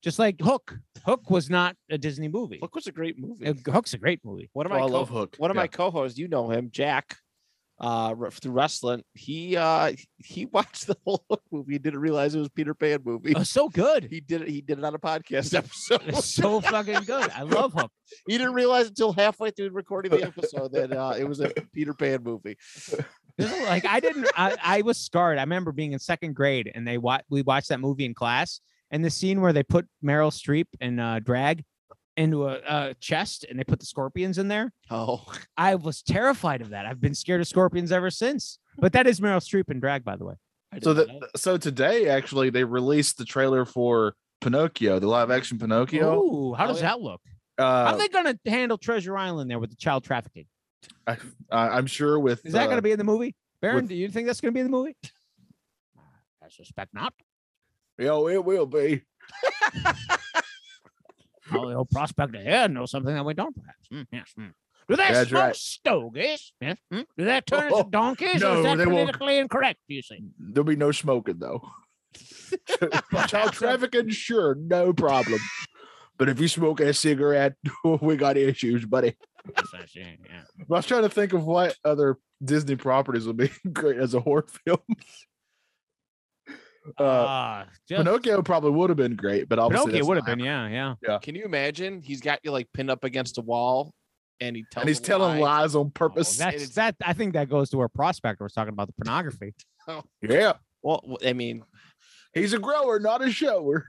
D: Just like Hook. Hook was not a Disney movie.
A: Hook was a great movie.
D: Uh, Hook's a great movie.
A: One of
C: Oh,
A: my
C: I
A: co-
C: love Hook.
A: one of
C: Yeah.
A: my co-hosts, you know him, Jack, uh, re- through wrestling. He uh he watched the whole Hook movie. He didn't realize it was Peter Pan movie.
D: Oh, so good.
A: He did it. He did it on a podcast episode.
D: It's so fucking good. I love Hook.
A: He didn't realize until halfway through recording the episode that uh, it was a Peter Pan movie.
D: There's a- like I didn't I, I was scarred. I remember being in second grade and they wa- we watched that movie in class and the scene where they put Meryl Streep in uh, drag into a, a chest and they put the scorpions in there.
A: Oh,
D: I was terrified of that. I've been scared of scorpions ever since. But that is Meryl Streep in drag, by the way.
C: So that so today actually they released the trailer for Pinocchio, the live action Pinocchio.
D: Ooh, how
A: Oh,
D: does
A: yeah.
D: that look? How are
C: Uh,
D: they gonna handle Treasure Island there with the child trafficking?
C: I, I'm sure with
D: Is that
C: uh,
D: gonna be in the movie? Baron,
C: with-
D: do you think that's gonna be in the movie?
F: I suspect not.
C: uh, yo, it will be.
F: All the old prospect ahead knows something that we don't, perhaps. Mm, yes. mm. Do they
C: That's
F: smoke
C: right. Oh,
F: stogies? Yes. mm. Do they turn into donkeys? or
C: no,
F: is that
C: they won't.
F: politically incorrect, do you think?
C: There'll be no smoking though. Child trafficking, sure, no problem. But if you smoke a cigarette, we got issues, buddy.
F: Yes, I see, yeah.
C: I was trying to think of what other Disney properties would be great as a horror film. Uh,
D: Ah, just-
C: Pinocchio probably would have been great, but obviously
D: Pinocchio
C: that's
D: would have
C: not
D: been, yeah, yeah.
A: Can you imagine? He's got you like pinned up against a wall, and he tells.
C: and he's
A: a
C: telling
A: lie.
C: lies on purpose.
A: that-
D: Oh, That's that. I think that goes to where Prospector was talking about the pornography.
C: yeah,
A: Well, w- I mean,
C: he's a grower, not a shower.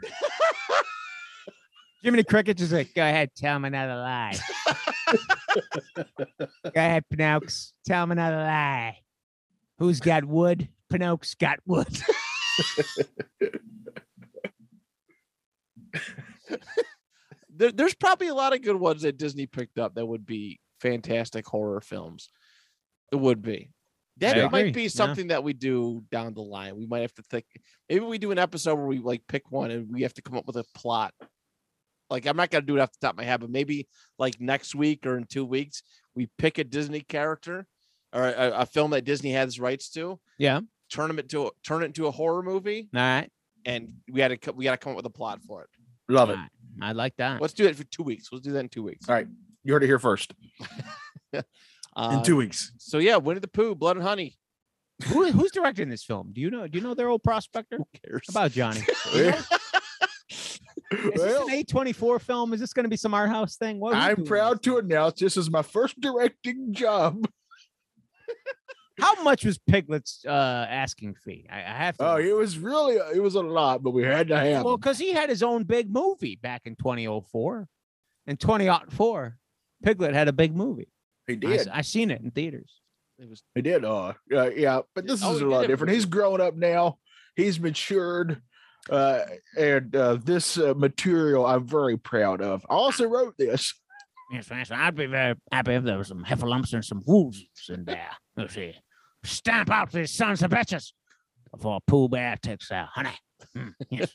D: Jiminy Cricket just like, go ahead, tell him another lie. go ahead, Pinocchio, tell him another lie. Who's got wood? Pinocchio's got wood.
A: there, there's probably a lot of good ones that Disney picked up that would be fantastic horror films. It would be. That
D: I
A: might
D: agree,
A: be
D: yeah.
A: something that we do down the line. We might have to think. Maybe we do an episode where we like pick one and we have to come up with a plot. Like I'm not gonna do it off the top of my head, but maybe like next week or in two weeks we pick a Disney character or a, a film that Disney has rights to.
D: Yeah.
A: Turn 'em into a, turn it into a horror movie,
D: All right.
A: and we had to we got to come up with a plot for it.
C: Love it.
D: I like that.
A: Let's do it for two weeks. Let's do that in two weeks.
C: You heard it here first.
A: Uh,
C: weeks.
A: So yeah, Winnie the Pooh, Blood and Honey.
D: Who, who's directing this film? Do you know? Do you know their old Prospector?
A: Who cares?
D: How about Johnny?
C: Well,
D: Is this an A24 film? Is this going to be some art house thing? What are we
C: I'm
D: doing
C: proud
D: this?
C: to announce this is my first directing job.
D: How much was Piglet's uh, asking fee? I, I have to.
C: Oh,
D: know.
C: it was really it was a lot, but we had to have.
D: Well,
C: him.
D: because he had his own big movie back in 2004. In 2004, Piglet had a big movie.
C: he
D: I,
C: did.
D: s- I seen it in theaters.
A: It was
C: He did. Uh, yeah, yeah. But this
A: Oh,
C: is
A: he
C: a
A: did
C: lot
A: it
C: different.
A: with-
C: He's grown up now. He's matured, uh, and uh, this uh, material I'm very proud of. I also wrote this.
F: Yes, yes, I'd be very happy if there were some heffalumps and some wolves in there. You see, stamp out these sons of bitches before Pooh Bear takes their honey. Mm, yes.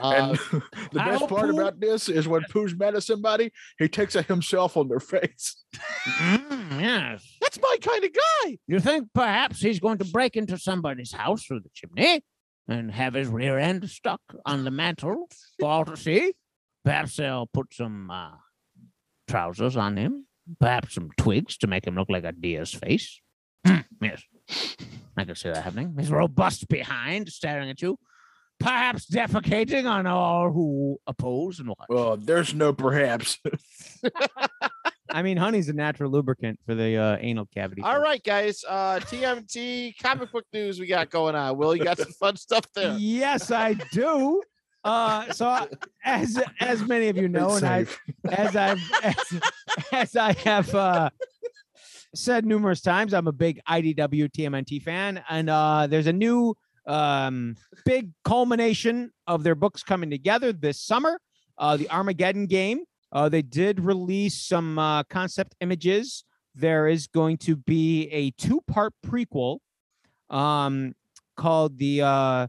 A: uh,
C: And the
F: I
C: best
F: hope
C: part
F: Pooh-
C: about this is when Pooh's mad at somebody, he takes it himself on their face.
F: Mm, yes.
A: that's my kind of guy.
F: You think perhaps he's going to break into somebody's house through the chimney and have his rear end stuck on the mantel for all to see? Perhaps they'll put some uh, trousers on him, perhaps some twigs to make him look like a deer's face. Mm, yes, I can see that happening. He's robust behind, staring at you, perhaps defecating on all who oppose and watch.
C: Well, there's no perhaps.
D: I mean, honey's a natural lubricant for the uh, anal cavity.
A: All
D: thing.
A: right, guys. Uh, TMT comic book news we got going on. Will, you got some fun stuff there.
D: Yes, I do. Uh, so I- as as many of you know, and I
C: Safe.
D: as I've as, as I have uh, said numerous times, I'm a big IDW TMNT fan, and uh, there's a new um, big culmination of their books coming together this summer. Uh, the Armageddon game. Uh, they did release some uh, concept images. There is going to be a two-part prequel um, called the uh,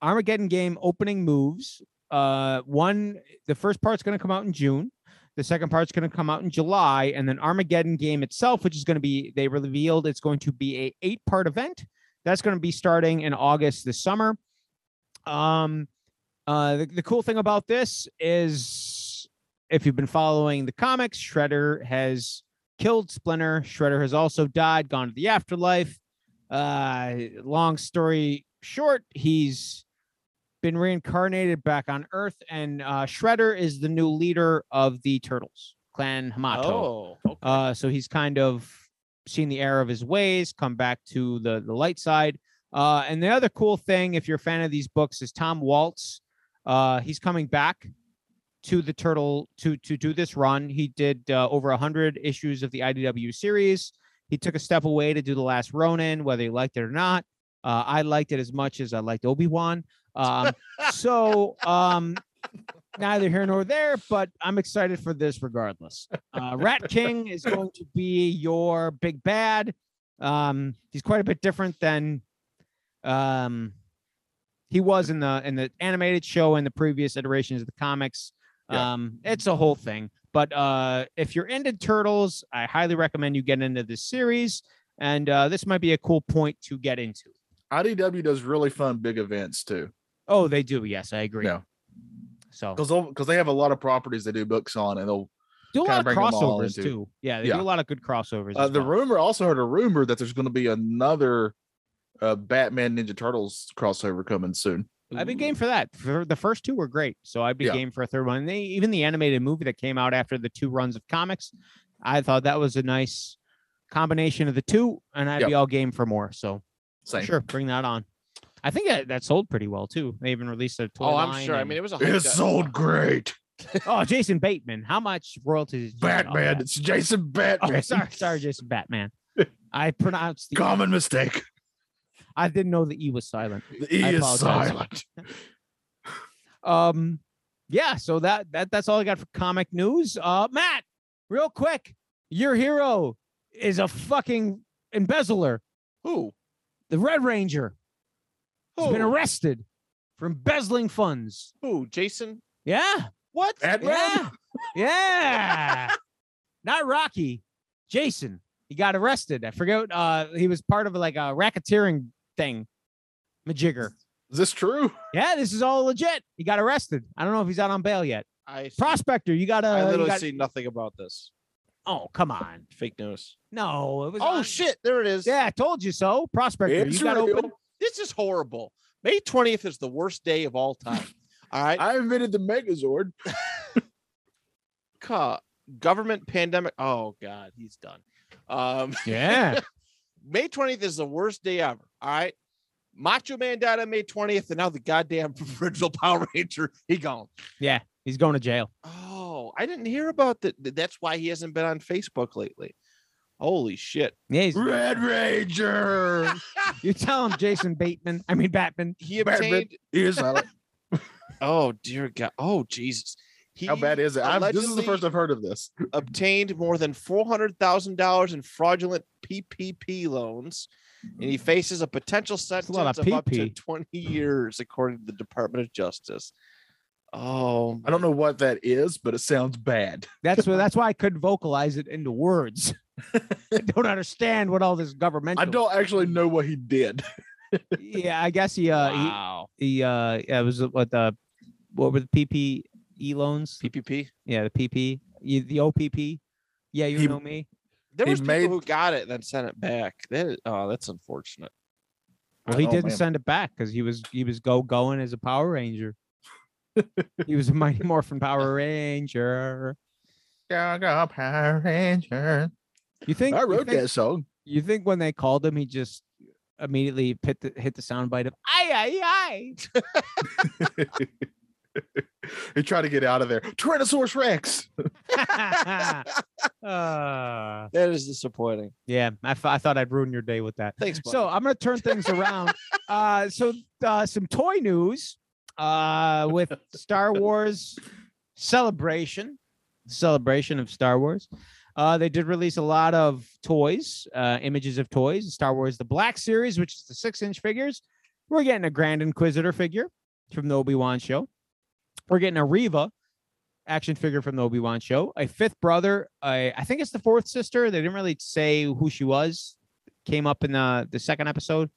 D: Armageddon game opening moves. Uh, one, the first part's going to come out in June. The second part's going to come out in July, and then Armageddon game itself, which is going to be they revealed it's going to be a eight part event. That's going to be starting in August this summer. Um, uh, the, the cool thing about this is if you've been following the comics, Shredder has killed Splinter. Shredder has also died, gone to the afterlife. Uh, long story short, he's been reincarnated back on Earth, and uh, Shredder is the new leader of the Turtles, Clan Hamato.
A: Oh, okay.
D: Uh, so he's kind of seen the error of his ways, come back to the the light side. Uh, and the other cool thing, if you're a fan of these books, is Tom Waltz. Uh, he's coming back to the turtle to to do this run. He did uh, over 100 issues of the IDW series. He took a step away to do the last Ronin, whether he liked it or not. Uh, I liked it as much as I liked Obi Wan. Um, so um, neither here nor there, but I'm excited for this regardless. Uh, Rat King is going to be your big bad. Um, he's quite a bit different than um, he was in the in the animated show and the previous iterations of the comics.
A: Yeah.
D: Um, it's a whole thing. But uh, if you're into turtles, I highly recommend you get into this series. And uh, this might be a cool point to get into.
C: IDW does really fun big events too.
D: Oh, they do. Yes, I agree.
C: Yeah.
D: So
C: because because they have a lot of properties they do books on, and they'll.
D: do a
C: kinda
D: lot of
C: bring 'em all
D: crossovers
C: into-
D: too. Yeah, they
C: Yeah.
D: do a lot of good crossovers.
C: Uh,
D: as
C: the
D: well.
C: rumor I also heard a rumor that there's going to be another uh, Batman Ninja Turtles crossover coming soon.
D: I'd be game for that. For the first two were great, so I'd be
C: Yeah.
D: game for a third one. And they, even the animated movie that came out after the two runs of comics, I thought that was a nice combination of the two, and I'd
C: Yep.
D: be all game for more. So
C: Same.
D: sure, bring that on. I think that, that sold pretty well too. They even released a toy
A: Oh, I'm
D: line
A: sure. I
D: and-
A: mean, it was a
C: It sold great.
D: oh, Jason Bateman, how much royalties? did you get off
C: Batman.
D: that?
C: It's Jason Batman.
D: Oh, sorry, sorry, Jason Batman. I pronounced the.
C: Common mistake.
D: I didn't know the e was silent.
C: The E
D: I
C: is
D: apologize.
C: silent.
D: um yeah so that that that's all i got for comic news uh matt real quick your hero is a fucking embezzler
A: Who?
D: the red ranger has been
A: Who?
D: arrested for embezzling funds
A: Who? Jason?
D: yeah
A: What?
C: Batman.
D: yeah yeah not rocky jason he got arrested i forget uh he was part of like a racketeering thing majigger
C: Is this true?
D: yeah this is all legit he got arrested i don't know if he's out on bail yet
A: I,
D: prospector you gotta
A: I
D: uh, you
A: literally
D: gotta-
A: see nothing about this.
D: Oh, come on.
A: Fake news.
D: No, it was.
A: Oh
D: on-
A: shit! There it is.
D: Yeah, I told you so. Prospector,
C: It's
D: you got
C: real.
D: open.
A: This is horrible. May 20th is the worst day of all time. All right.
C: I invented the Megazord.
A: Ca- uh, government pandemic. Oh god, he's done. Um,
D: Yeah.
A: May 20th is the worst day ever. All right. Macho Man died on May 20th, and now the goddamn original Power Ranger, he gone.
D: He's going to jail.
A: Oh, I didn't hear about that. That's why he hasn't been on Facebook lately. Holy shit.
D: Yeah, he's,
C: Red Ranger
D: you tell him Jason Bateman. I mean Batman.
A: He
C: Batman.
A: obtained.
C: is silent.
A: Oh dear God. Oh Jesus. He
C: How bad is it? i this is the
A: allegedly
C: first I've heard of this.
A: obtained more than four hundred thousand dollars in fraudulent PPP loans, and he faces a potential
D: a
A: sentence
D: lot of
A: of, up to
D: PP.
A: twenty years, according to the Department of Justice. Oh,
C: I don't know what that is, but it sounds bad.
D: That's what. That's why I couldn't vocalize it into words. I don't understand what all this government.
C: I don't actually know what he did.
D: Yeah, I guess he. Uh,
A: wow.
D: he, he. Uh, yeah, it was what the, what were the PPE loans?
A: PPP.
D: Yeah, the PP, you- the OPP. Yeah, you
C: He-
D: know me.
A: There
C: He
A: was
C: made-
A: people who got it and then sent it back. That is, oh, that's unfortunate.
D: Well, he
C: Oh,
D: didn't
C: man.
D: send it back because he was he was go going as a Power Ranger. he was a Mighty Morphin Power Ranger.
C: Go, go, Power Ranger.
D: You think
C: I
D: you
C: wrote
D: think-
C: that song.
D: You think when they called him, he just immediately hit the hit the soundbite of "Aye aye aye."
C: he tried to get out of there. Tyrannosaurus Rex.
D: Uh,
A: That is disappointing.
D: yeah, I, f- I thought I'd ruin your day with that.
A: Thanks.
D: So I'm gonna turn things around. Uh, so uh, some toy news uh, with Star Wars celebration, celebration of Star Wars. Uh, they did release a lot of toys, uh, images of toys. Star Wars: The Black Series, which is the six-inch figures. We're getting a Grand Inquisitor figure from the Obi Wan show. We're getting a Reva action figure from the Obi Wan show. A fifth brother. I I think it's the fourth sister. They didn't really say who she was. Came up in the the second episode.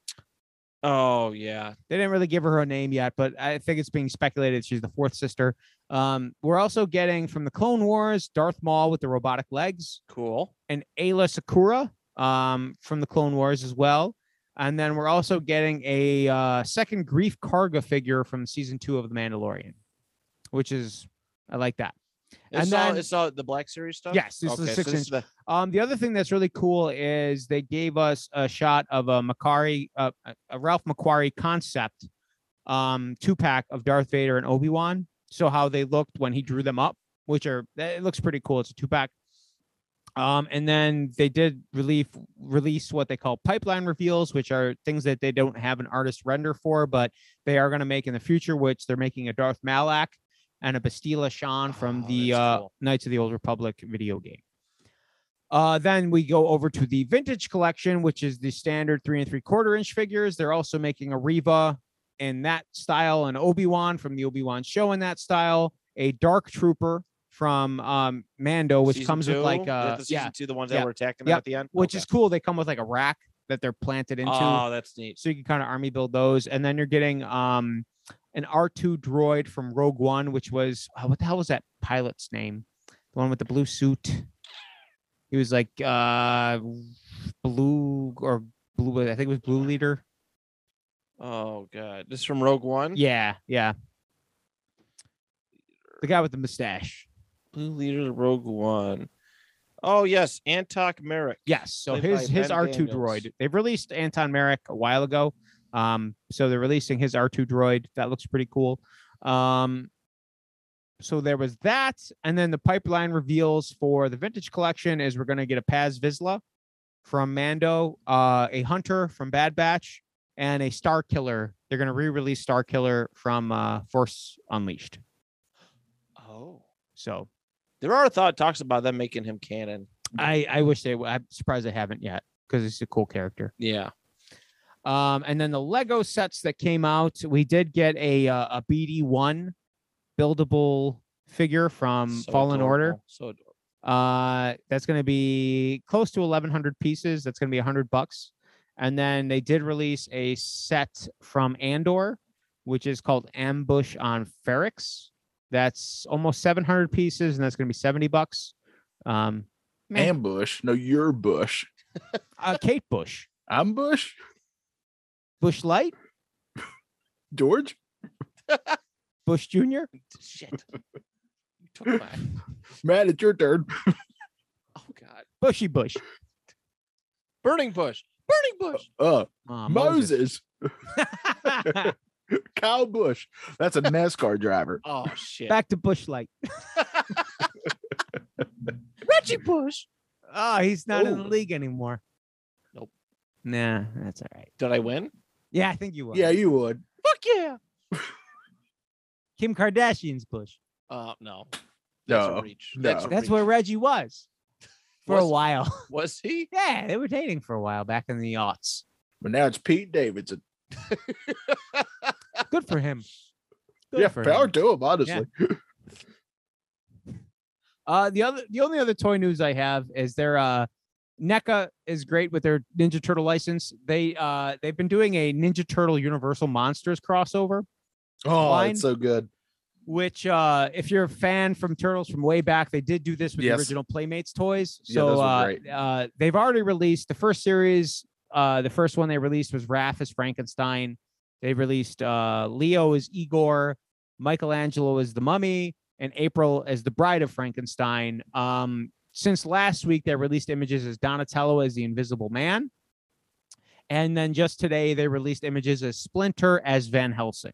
A: Oh yeah.
D: They didn't really give her a name yet, but I think it's being speculated she's the fourth sister. Um, we're also getting from the Clone Wars Darth Maul with the robotic legs
A: Cool.
D: and Ayla Sakura um, from the Clone Wars as well. And then we're also getting a uh, second Grief Karga figure from season two of The Mandalorian, which is I like that.
A: It's
D: And
A: all,
D: then-
A: it's all the Black Series stuff.
D: Yes, this is
A: okay,
D: the
A: so
D: six
A: this
D: inch.
A: is the-
D: Um, the other thing that's really cool is they gave us a shot of a Macari, uh, a Ralph Macquarie concept, um, two pack of Darth Vader and Obi Wan. So how they looked when he drew them up, which are eh, it looks pretty cool. It's a two pack. Um, and then they did relief release what they call pipeline reveals, which are things that they don't have an artist render for, but they are going to make in the future. Which they're making a Darth Malak and a Bastila Shan from
A: Oh,
D: the
A: that's
D: uh,
A: cool.
D: Knights of the Old Republic video game. Uh, then we go over to the vintage collection, which is the standard three and three quarter inch figures. They're also making a Reva in that style, an Obi Wan from the Obi Wan show in that style, a Dark Trooper from um, Mando, which
A: Season
D: comes
A: two?
D: with like
A: Is that
D: uh,
A: the season
D: yeah,
A: two, the ones
D: yeah,
A: that were attacking
D: yeah,
A: them at the end,
D: which
A: Okay.
D: is cool. They come with like a rack that they're planted into,
A: oh, that's neat.
D: so you can kind of army build those. And then you're getting um, an R2 droid from Rogue One, which was uh, what the hell was that pilot's name? The one with the blue suit. He was like uh, blue or blue. I think it was blue leader.
A: Oh god, this is from Rogue One.
D: Yeah, yeah. The guy with the mustache.
A: Blue Leader Rogue One. Oh yes, Antok Merrick.
D: Yes. So
A: Played
D: his
A: by
D: his
A: Ben
D: R two
A: Daniels.
D: droid. They've released Anton Merrick a while ago. Um, so they're releasing his R two droid. That looks pretty cool. Um, so there was that, and then the pipeline reveals for the vintage collection is we're gonna get a Paz Vizsla from Mando, uh, a Hunter from Bad Batch, and a Star Killer. They're gonna re-release Star Killer from uh, Force Unleashed.
A: Oh,
D: So
A: there are thought talks about them making him canon.
D: I I wish they. w- I'm surprised they haven't yet because he's a cool character.
A: Yeah.
D: Um, and then the Lego sets that came out, we did get a uh, a BD one buildable figure from
A: so
D: Um, Fallen Order.
A: adorable, So adorable.
D: Uh, that's going to be close to 1,100 pieces. That's going to be 100 bucks. And then they did release a set from Andor, which is called Ambush on Ferrix. That's almost 700 pieces, and that's going to be 70 bucks. Um, Meh.
C: Ambush. No, you're Bush.
D: uh, Kate Bush,
C: I'm Bush.
D: Bush Light,
C: George.
D: Bush Jr.
A: Shit. You took my.
C: Matt, it's your turn.
A: Oh god.
D: Bushy Bush,
A: Burning Bush. Burning Bush.
C: Uh,
D: uh,
C: Moses. Kyle Bush. That's a NASCAR driver.
A: Oh shit.
D: Back to Bush Light.
A: Reggie Bush.
D: Oh, he's not in the
A: Ooh.
D: league anymore.
A: Nope.
D: Nah, that's all right.
A: Did I win?
D: Yeah, I think you were.
C: Yeah, you would.
A: Fuck yeah.
D: Kim Kardashian's Bush.
A: Uh no. That's
C: No.
A: a reach.
C: no.
A: That's, a
D: That's
A: reach.
D: where Reggie was for a
A: Was-
D: while.
A: Was he?
D: yeah, they were dating for a while back in the aughts.
C: But now it's Pete Davidson.
D: Good for him. Good
C: yeah,
D: for
C: power
D: him.
C: to him, honestly.
D: Uh, the other, the only other toy news I have is their uh, NECA is great with their Ninja Turtle license. They uh, they've been doing a Ninja Turtle Universal Monsters crossover.
C: Oh,
D: Line.
C: it's so good.
D: which uh if you're a fan from turtles from way back they did do this with
C: Yes.
D: the original playmates toys
C: Yeah,
D: so
C: those were
D: uh,
C: great.
D: uh they've already released the first series uh the first one they released was Raph as frankenstein they released uh leo as igor michelangelo as the mummy and april as the bride of frankenstein um since last week they released images as donatello as the invisible man and then just today they released images as splinter as van helsing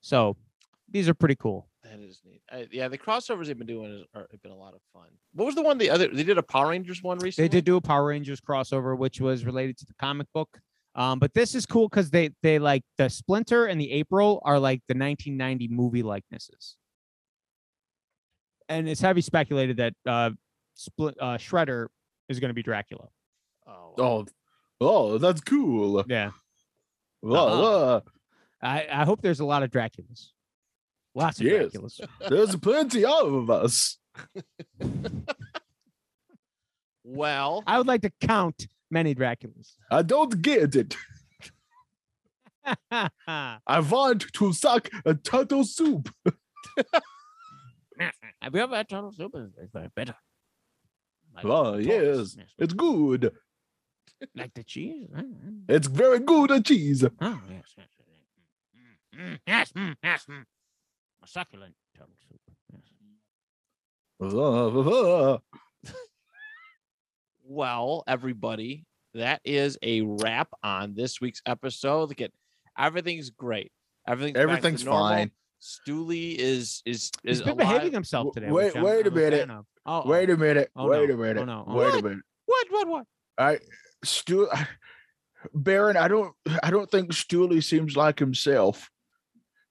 D: so these are pretty cool.
A: That is neat. I, yeah, the crossovers they've been doing is, are, have been a lot of fun. What was the one the other? They did a Power Rangers one recently.
D: They did do a Power Rangers crossover, which was related to the comic book. Um, but this is cool because they they like the Splinter and the April are like the 1990 movie likenesses. And it's heavy speculated that uh, Split uh, Shredder is going to be Dracula.
A: Oh, wow.
C: Oh, oh, that's cool. uh,
D: Yeah,
C: La, la.
D: I, I hope there's a lot of Draculas. Lots of
C: Yes.
D: Draculas.
C: There's plenty of us.
A: well.
D: I would like to count many Draculas.
C: I don't get it. I want to suck a turtle soup.
F: Have you ever had turtle soup? It's it's very bitter. Like
C: Oh,
F: the
C: yes.
F: tortoise,
C: It's good.
F: Mm, Like the cheese? Ah, ah,
C: It's very good uh, cheese.
F: ah. Oh, yes, yes. yes, yes. Mm, mm, Yes, mm, yes, mm. A succulent turtle soup. Yes.
C: La, la, la.
A: Well, everybody, that is a wrap on this week's episode. Look at everything's great. Everything's back to
C: Everything's
A: normal.
C: fine.
A: Stooley is is
H: He's
A: is
H: been
A: alive.
H: behaving himself
C: W-
H: today.
C: wait-
H: which I'm-
C: wait a
H: I'm fan
C: minute.
H: of. Oh, oh.
C: Wait a minute.
H: Oh,
C: wait
H: no.
C: a minute.
H: Oh, no. Oh,
C: wait
H: no.
C: a minute.
F: What? What? What?
C: I Stu Baron, I don't I don't think Stooley seems like himself.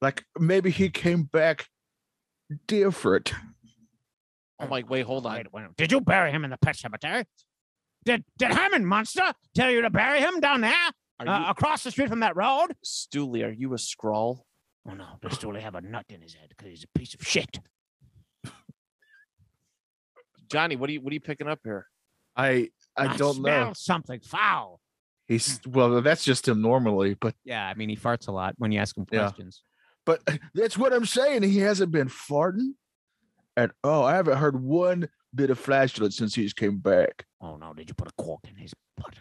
C: Like maybe he came back different.
A: I'm like, wait, hold on.
F: Wait, wait, did you bury him in the pet cemetery? Did Did Herman Monster tell you to bury him down there,
A: Are
F: uh,
A: you
F: across the street from that road?
A: Stooley? Are you a scrawl?
F: Oh no, does Dooley have a nut in his head because he's a piece of shit?
A: Johnny, what are you what are you picking up here?
C: I I don't
F: smell
C: know.
F: something foul.
C: He's well, that's just him normally, but
H: Yeah, I mean, he farts a lot when you ask him
C: Yeah.
H: questions.
C: but that's what I'm saying. He hasn't been farting at all. I haven't heard one bit of flatulence since he's came back.
F: Oh no, did you put a cork in his butt?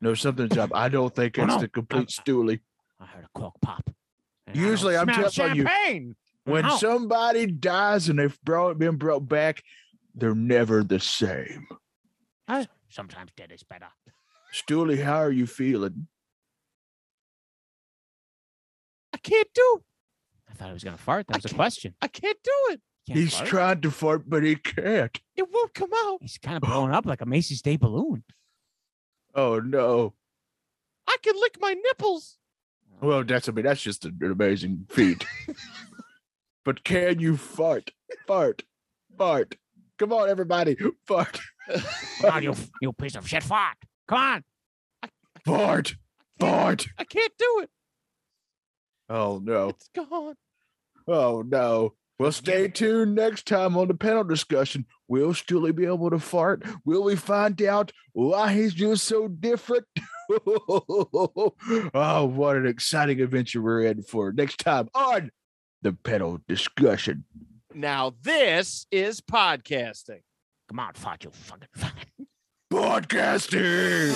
C: No, something's up. I don't think
F: Oh,
C: it's
F: no.
C: the complete Stooley.
F: I heard a cork pop. and I don't
C: Usually, I'm
F: smell
C: telling you,
F: champagne.
C: when
F: No.
C: somebody dies and they've brought been brought back, they're never the same.
F: Sometimes dead is better.
C: Stooley, how are you feeling?
F: I can't do.
H: I thought he was gonna fart. That was a question.
F: I can't do it.
H: Can't
C: He's
H: fart?
C: trying to fart, but he can't.
F: It won't come out.
H: He's kind of blowing up like a Macy's Day balloon.
C: Oh no!
F: I can lick my nipples.
C: Well, that's I mean, that's just an amazing feat. but can you fart? Fart, fart! Come on, everybody, fart,
F: Come on, you you piece of shit fart. Come on.
C: fart, fart!
F: I can't do it.
C: Oh no!
F: It's gone.
C: Oh no! Well, stay tuned next time on the panel discussion. Will Stooley be able to fart? Will we find out why he's just so different? oh, what an exciting adventure we're in for next time on the panel discussion.
A: Now this is podcasting.
F: Come on, fart, you fucking fucking.
C: Podcasting!